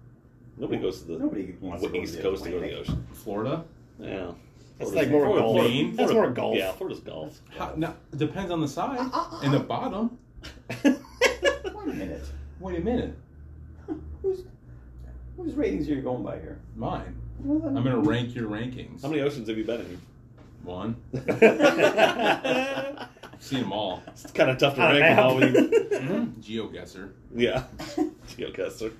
[SPEAKER 3] Nobody goes to the
[SPEAKER 4] Nobody wants to go to
[SPEAKER 3] east
[SPEAKER 4] the
[SPEAKER 3] coast to go to the
[SPEAKER 4] Atlantic.
[SPEAKER 3] ocean.
[SPEAKER 2] Florida.
[SPEAKER 3] Yeah.
[SPEAKER 1] That's like
[SPEAKER 3] Florida's-
[SPEAKER 1] more
[SPEAKER 3] Florida's
[SPEAKER 1] golf.
[SPEAKER 2] Maine?
[SPEAKER 1] That's more golf.
[SPEAKER 3] Yeah, Florida's golf.
[SPEAKER 2] How, no, it depends on the side and the bottom.
[SPEAKER 4] Wait a minute.
[SPEAKER 2] Wait a minute.
[SPEAKER 4] Who's whose ratings are you going by here?
[SPEAKER 2] Mine. I'm gonna rank your rankings.
[SPEAKER 3] How many oceans have you been in?
[SPEAKER 2] One.
[SPEAKER 3] it's
[SPEAKER 2] Seen them all.
[SPEAKER 3] kind of tough to
[SPEAKER 1] On a
[SPEAKER 3] rank
[SPEAKER 1] map.
[SPEAKER 3] how many.
[SPEAKER 2] Mm-hmm. GeoGuessr.
[SPEAKER 3] Yeah. Geocaster.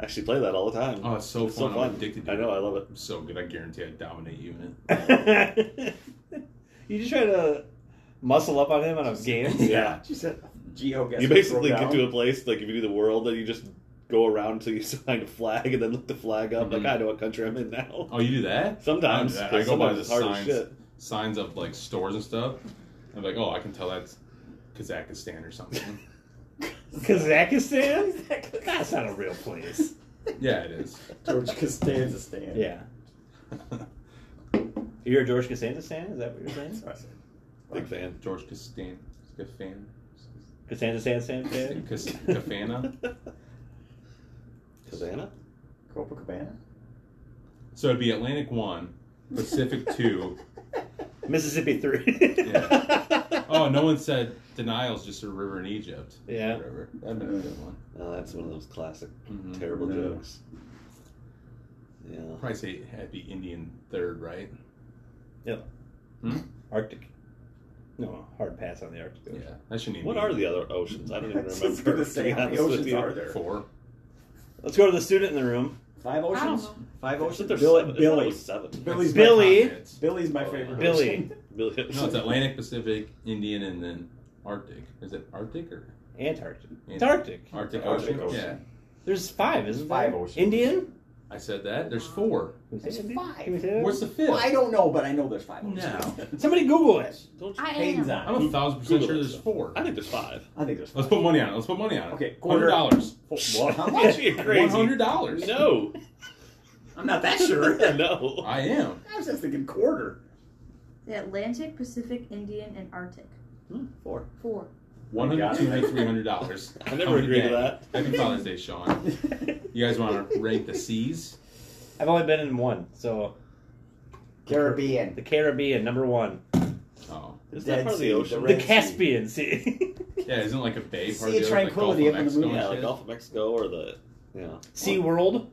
[SPEAKER 3] I actually play that all the time.
[SPEAKER 2] Oh, it's so
[SPEAKER 3] It's
[SPEAKER 2] fun.
[SPEAKER 3] so
[SPEAKER 2] I'm
[SPEAKER 3] fun.
[SPEAKER 2] addicted to
[SPEAKER 3] I know,
[SPEAKER 2] it.
[SPEAKER 3] I love it.
[SPEAKER 2] I'm so good. I guarantee I dominate you in it.
[SPEAKER 1] you just try to muscle up on him on a game.
[SPEAKER 3] Yeah.
[SPEAKER 4] She said Geo
[SPEAKER 3] You basically get to a place, like if you do the world, then you just go around until you find a flag and then look the flag up.
[SPEAKER 2] Mhm.
[SPEAKER 3] Like, I know what country I'm in now.
[SPEAKER 2] Oh, you do that?
[SPEAKER 3] Sometimes.
[SPEAKER 2] I, do that.
[SPEAKER 3] 'cause
[SPEAKER 2] I go by
[SPEAKER 3] sometimes
[SPEAKER 2] the
[SPEAKER 3] it's hard as
[SPEAKER 2] signs,
[SPEAKER 3] shit.
[SPEAKER 2] signs of like stores and stuff. I'm like, oh, I can tell that's Kazakhstan or something.
[SPEAKER 1] Kazakhstan? That's not a real place.
[SPEAKER 2] yeah, it is.
[SPEAKER 4] George Costanza stand.
[SPEAKER 1] Yeah. You're a George Costanza fan? Is that what you're saying?
[SPEAKER 3] Big fan.
[SPEAKER 2] George Castan, Scafan,
[SPEAKER 1] Costanza San San fan?
[SPEAKER 2] Cafana.
[SPEAKER 3] Savannah?
[SPEAKER 4] Copacabana.
[SPEAKER 2] So it'd be Atlantic one, Pacific two.
[SPEAKER 1] Mississippi three. yeah.
[SPEAKER 2] Oh, no one said denial's just a river in Egypt.
[SPEAKER 1] Yeah.
[SPEAKER 2] Whatever. That'd been a good one.
[SPEAKER 3] Oh, that's one of those classic
[SPEAKER 2] Mhm.
[SPEAKER 3] terrible
[SPEAKER 4] Yeah.
[SPEAKER 3] jokes. Yeah.
[SPEAKER 2] Probably say happy Indian third, right?
[SPEAKER 1] Arctic. No, hard pass on the Arctic.
[SPEAKER 2] Yeah.
[SPEAKER 1] Ocean.
[SPEAKER 2] That shouldn't even
[SPEAKER 3] What
[SPEAKER 2] be
[SPEAKER 3] are the other oceans? I don't even
[SPEAKER 4] I was
[SPEAKER 3] remember.
[SPEAKER 4] just gonna
[SPEAKER 3] to
[SPEAKER 4] say,
[SPEAKER 3] be
[SPEAKER 4] how many
[SPEAKER 3] honest with
[SPEAKER 4] oceans
[SPEAKER 3] you.
[SPEAKER 4] are there?
[SPEAKER 2] four?
[SPEAKER 1] Let's go to the student in the room.
[SPEAKER 4] Five
[SPEAKER 5] I don't
[SPEAKER 4] oceans.
[SPEAKER 5] know.
[SPEAKER 4] Five
[SPEAKER 3] Isn't
[SPEAKER 4] oceans.
[SPEAKER 3] there
[SPEAKER 4] Billy.
[SPEAKER 3] seven? Isn't there
[SPEAKER 4] Billy.
[SPEAKER 3] like seven.
[SPEAKER 4] Billy's my
[SPEAKER 1] Billy.
[SPEAKER 2] Continents.
[SPEAKER 4] Billy's my
[SPEAKER 2] Oh,
[SPEAKER 4] favorite.
[SPEAKER 1] Billy.
[SPEAKER 4] ocean.
[SPEAKER 3] Billy.
[SPEAKER 2] No, it's Atlantic, Pacific, Indian, and then Arctic. Is it Arctic or
[SPEAKER 1] Antarctic.
[SPEAKER 2] Yeah.
[SPEAKER 1] Antarctic.
[SPEAKER 2] Arctic,
[SPEAKER 4] Arctic
[SPEAKER 2] Ocean?
[SPEAKER 4] Ocean.
[SPEAKER 2] Yeah.
[SPEAKER 1] There's five, isn't there?
[SPEAKER 4] Five oceans.
[SPEAKER 1] Indian?
[SPEAKER 2] I said that. There's four.
[SPEAKER 1] Can we say
[SPEAKER 4] There's
[SPEAKER 1] Indian?
[SPEAKER 4] five.
[SPEAKER 1] Can we say that?
[SPEAKER 2] What's the fifth?
[SPEAKER 4] Well, I don't know, but I know there's five oceans.
[SPEAKER 2] No.
[SPEAKER 1] Somebody Google it.
[SPEAKER 3] Don't you-
[SPEAKER 5] I
[SPEAKER 4] Hayden's
[SPEAKER 5] am.
[SPEAKER 4] on.
[SPEAKER 2] I'm a thousand percent
[SPEAKER 3] Google
[SPEAKER 2] sure
[SPEAKER 3] it,
[SPEAKER 2] there's
[SPEAKER 3] so.
[SPEAKER 2] four.
[SPEAKER 3] I think there's five.
[SPEAKER 4] I think there's.
[SPEAKER 2] Let's
[SPEAKER 4] Five.
[SPEAKER 2] put money on it. Let's put money on it.
[SPEAKER 4] Okay,
[SPEAKER 2] hundred
[SPEAKER 4] quarter.
[SPEAKER 2] dollars.
[SPEAKER 4] Well, how much?
[SPEAKER 3] You're
[SPEAKER 2] One
[SPEAKER 3] crazy.
[SPEAKER 2] hundred dollars.
[SPEAKER 3] No.
[SPEAKER 4] I'm not that sure. I
[SPEAKER 3] No.
[SPEAKER 2] I am.
[SPEAKER 4] was just thinking quarter.
[SPEAKER 5] The Atlantic, Pacific, Indian, and Arctic.
[SPEAKER 4] Four.
[SPEAKER 5] Four.
[SPEAKER 2] One
[SPEAKER 4] God.
[SPEAKER 2] hundred, two hundred, three hundred dollars.
[SPEAKER 3] I never agreed to that.
[SPEAKER 2] Happy Father's Day, Sean. You guys want to rank the seas?
[SPEAKER 1] I've only been in one, so
[SPEAKER 4] Caribbean.
[SPEAKER 1] the Caribbean number one,
[SPEAKER 2] Oh,
[SPEAKER 3] Isn't
[SPEAKER 4] Dead
[SPEAKER 3] that part of
[SPEAKER 4] Sea,
[SPEAKER 3] the ocean?
[SPEAKER 4] Red
[SPEAKER 1] the Caspian Sea,
[SPEAKER 2] yeah. Isn't like a bay part
[SPEAKER 4] Sea
[SPEAKER 2] of the other, like Gulf of
[SPEAKER 4] Tranquility up in the
[SPEAKER 2] Mexico
[SPEAKER 4] moon.
[SPEAKER 2] and
[SPEAKER 3] yeah, like
[SPEAKER 2] shit?
[SPEAKER 3] Gulf of Mexico or the. Yeah.
[SPEAKER 1] Sea World.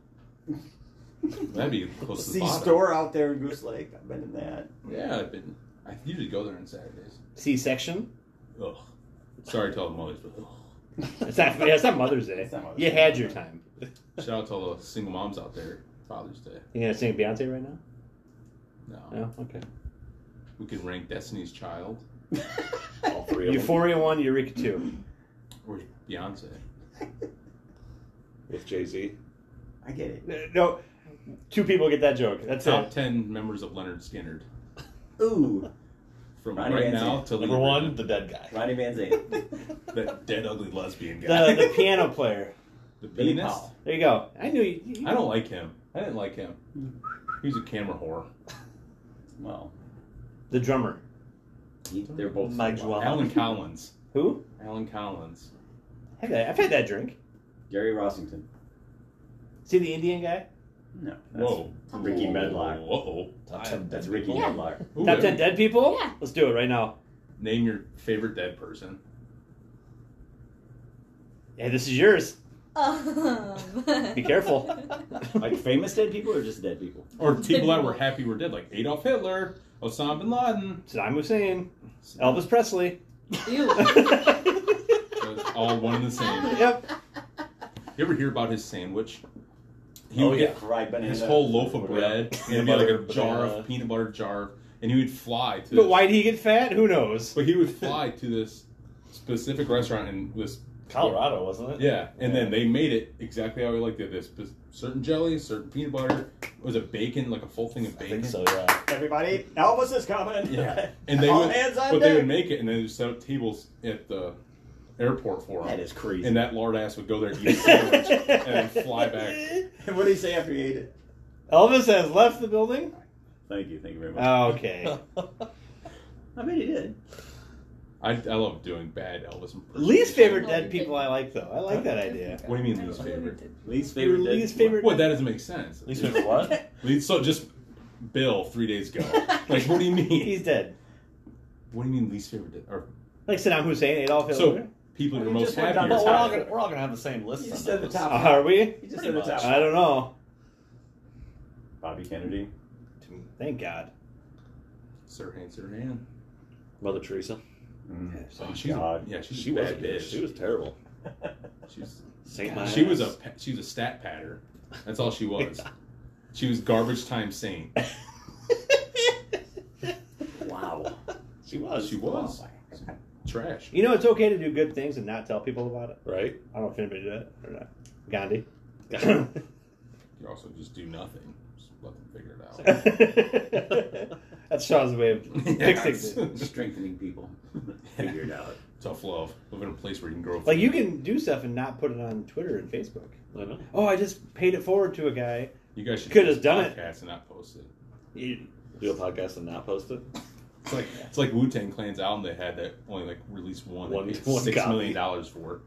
[SPEAKER 2] That'd be close to the
[SPEAKER 4] Sea
[SPEAKER 2] bottom.
[SPEAKER 4] store out there in Goose Lake. I've been in that.
[SPEAKER 2] Yeah, I've been. I usually go there on Saturdays.
[SPEAKER 1] Sea Section.
[SPEAKER 2] Ugh. Sorry to all the mothers, but ugh.
[SPEAKER 1] It's not. Yeah, it's not Mother's Day.
[SPEAKER 4] It's not Mother's
[SPEAKER 1] you
[SPEAKER 4] Day.
[SPEAKER 1] had your time.
[SPEAKER 2] shout out to all the single moms out there. Father's Day.
[SPEAKER 1] You gonna sing Beyonce right now?
[SPEAKER 2] No,
[SPEAKER 1] No. Okay.
[SPEAKER 2] we could rank Destiny's Child
[SPEAKER 3] All three of them.
[SPEAKER 1] Euphoria one, Eureka two.
[SPEAKER 2] or Beyonce.
[SPEAKER 3] With Jay Z.
[SPEAKER 4] I get it.
[SPEAKER 1] No, two people get that joke. That's
[SPEAKER 2] Top
[SPEAKER 1] it.
[SPEAKER 2] ten members of Leonard Skinner
[SPEAKER 4] Ooh,
[SPEAKER 2] from
[SPEAKER 4] Ronnie
[SPEAKER 2] right
[SPEAKER 4] Van
[SPEAKER 2] now
[SPEAKER 4] Zant.
[SPEAKER 2] to
[SPEAKER 3] Number one, the dead guy.
[SPEAKER 4] Ronnie Van Zant.
[SPEAKER 2] that dead ugly lesbian guy,
[SPEAKER 1] The the piano player.
[SPEAKER 2] the,
[SPEAKER 4] Billy
[SPEAKER 2] penis.
[SPEAKER 4] Powell.
[SPEAKER 1] There you go. I knew you. you
[SPEAKER 2] I don't like him. I didn't like him. He was a camera whore.
[SPEAKER 4] Well,
[SPEAKER 1] the drummer.
[SPEAKER 4] he- they're both.
[SPEAKER 3] My
[SPEAKER 4] Wow.
[SPEAKER 1] Uh-huh.
[SPEAKER 2] Alan Collins.
[SPEAKER 1] Who?
[SPEAKER 2] Alan Collins.
[SPEAKER 1] I've had, I've had that drink.
[SPEAKER 4] Gary Rossington.
[SPEAKER 1] See the Indian guy?
[SPEAKER 4] No. that's-
[SPEAKER 2] Whoa.
[SPEAKER 4] Ricky Medlock.
[SPEAKER 2] Whoa.
[SPEAKER 4] Top ten. That's Ricky
[SPEAKER 5] Yeah.
[SPEAKER 4] Medlock.
[SPEAKER 2] Ooh,
[SPEAKER 1] Top ten dead people.
[SPEAKER 5] Yeah.
[SPEAKER 1] Let's do it right now.
[SPEAKER 2] Name your favorite dead person.
[SPEAKER 1] Hey, this is yours.
[SPEAKER 5] Um.
[SPEAKER 1] Be careful.
[SPEAKER 4] Like famous dead people or just dead people?
[SPEAKER 2] Or people that were happy were dead, like Adolf Hitler, Osama bin Laden,
[SPEAKER 1] Saddam Hussein, Elvis Presley.
[SPEAKER 5] Ew.
[SPEAKER 2] It was all one and the same.
[SPEAKER 1] Yep.
[SPEAKER 2] You ever hear about his sandwich? He
[SPEAKER 4] oh
[SPEAKER 2] would
[SPEAKER 4] yeah,
[SPEAKER 2] get
[SPEAKER 4] fried banana.
[SPEAKER 2] his whole loaf of bread, and it'd be like
[SPEAKER 3] Peanut
[SPEAKER 2] a
[SPEAKER 3] butter,
[SPEAKER 2] jar
[SPEAKER 3] banana.
[SPEAKER 2] of peanut butter jar, and he would fly to.
[SPEAKER 1] But why did he get fat? Who knows?
[SPEAKER 2] But he would fly to this specific restaurant in this
[SPEAKER 3] Colorado, wasn't it?
[SPEAKER 2] Yeah, and then they made it exactly how we liked it. This this certain jelly, certain peanut butter. Was it bacon? Like a full thing of
[SPEAKER 3] I
[SPEAKER 2] bacon.
[SPEAKER 3] think so. Yeah.
[SPEAKER 4] Everybody, Elvis is coming.
[SPEAKER 2] Yeah, and they
[SPEAKER 4] All
[SPEAKER 2] would,
[SPEAKER 4] Oh, hands on
[SPEAKER 2] but they
[SPEAKER 4] deck.
[SPEAKER 2] would make it, and they would set up tables at the airport for him.
[SPEAKER 4] That is crazy.
[SPEAKER 2] And that lard ass would go there, eat a sandwich, and then fly back.
[SPEAKER 4] what did he say after he ate it?
[SPEAKER 1] Elvis has left the building.
[SPEAKER 4] Thank you, thank you very much.
[SPEAKER 1] Uh, Okay.
[SPEAKER 4] I bet he did.
[SPEAKER 2] I, I love doing bad Elvis. impersonations.
[SPEAKER 1] Least favorite dead people I like though. I like that idea.
[SPEAKER 2] What do you mean least favorite?
[SPEAKER 4] Least
[SPEAKER 1] Your
[SPEAKER 4] favorite. dead
[SPEAKER 1] least
[SPEAKER 4] people.
[SPEAKER 1] favorite.
[SPEAKER 2] Well, that doesn't make sense.
[SPEAKER 3] At least we have what?
[SPEAKER 2] Least- So just Bill three days ago. Like, what do you mean?
[SPEAKER 1] He's dead.
[SPEAKER 2] What do you mean least favorite? Or
[SPEAKER 1] Like Saddam Hussein, Adolf Hitler.
[SPEAKER 2] so people
[SPEAKER 4] Well,
[SPEAKER 2] you're
[SPEAKER 4] you
[SPEAKER 2] most
[SPEAKER 4] just
[SPEAKER 2] happy.
[SPEAKER 4] went down
[SPEAKER 2] are
[SPEAKER 4] the
[SPEAKER 3] Well, we're all
[SPEAKER 2] top.
[SPEAKER 4] whole-
[SPEAKER 3] gonna we're all gonna have the same list.
[SPEAKER 4] You
[SPEAKER 3] on
[SPEAKER 4] said the
[SPEAKER 3] this.
[SPEAKER 4] top.
[SPEAKER 2] uh-huh.
[SPEAKER 1] Are we?
[SPEAKER 4] He
[SPEAKER 3] Pretty
[SPEAKER 4] just said the
[SPEAKER 3] much.
[SPEAKER 1] I
[SPEAKER 4] top.
[SPEAKER 1] don't know.
[SPEAKER 4] Bobby Kennedy.
[SPEAKER 1] Thank God.
[SPEAKER 2] Sirhan, Sirhan.
[SPEAKER 3] Mother
[SPEAKER 2] Oh,
[SPEAKER 3] Teresa.
[SPEAKER 2] she's a,
[SPEAKER 4] Mm, God.
[SPEAKER 2] yeah, she's
[SPEAKER 3] She
[SPEAKER 2] a
[SPEAKER 3] was
[SPEAKER 2] bad
[SPEAKER 3] a bitch. She
[SPEAKER 2] bitch.
[SPEAKER 3] was terrible.
[SPEAKER 2] She's,
[SPEAKER 3] Saint my
[SPEAKER 2] she was a
[SPEAKER 3] ass.
[SPEAKER 2] pa- she was a stat patter. That's all she was. She was garbage time saint.
[SPEAKER 4] Wow.
[SPEAKER 3] She was.
[SPEAKER 2] She was trash.
[SPEAKER 1] You know, it's okay to do good things and not tell people about it.
[SPEAKER 3] Right.
[SPEAKER 1] I don't know if anybody did it or not. Gandhi.
[SPEAKER 2] You also just do nothing. Just let them figure it out.
[SPEAKER 1] That's Sean's way of fixing it.
[SPEAKER 2] Yes.
[SPEAKER 4] Strengthening people. Figure it out.
[SPEAKER 2] Tough love. Live in a place where you can grow.
[SPEAKER 1] Like
[SPEAKER 2] food.
[SPEAKER 1] you can do stuff and not put it on Twitter and Facebook.
[SPEAKER 3] I know.
[SPEAKER 1] Oh, I just paid it forward to a guy.
[SPEAKER 2] you guys should
[SPEAKER 1] could have done it.
[SPEAKER 2] podcasts and not post it.
[SPEAKER 1] You-
[SPEAKER 3] Do a podcast and not post it.
[SPEAKER 2] It's like it's like Wu Tang Clan's album they had that only like released one.
[SPEAKER 3] One-
[SPEAKER 2] One
[SPEAKER 3] one
[SPEAKER 2] six
[SPEAKER 3] copy.
[SPEAKER 2] million dollars for.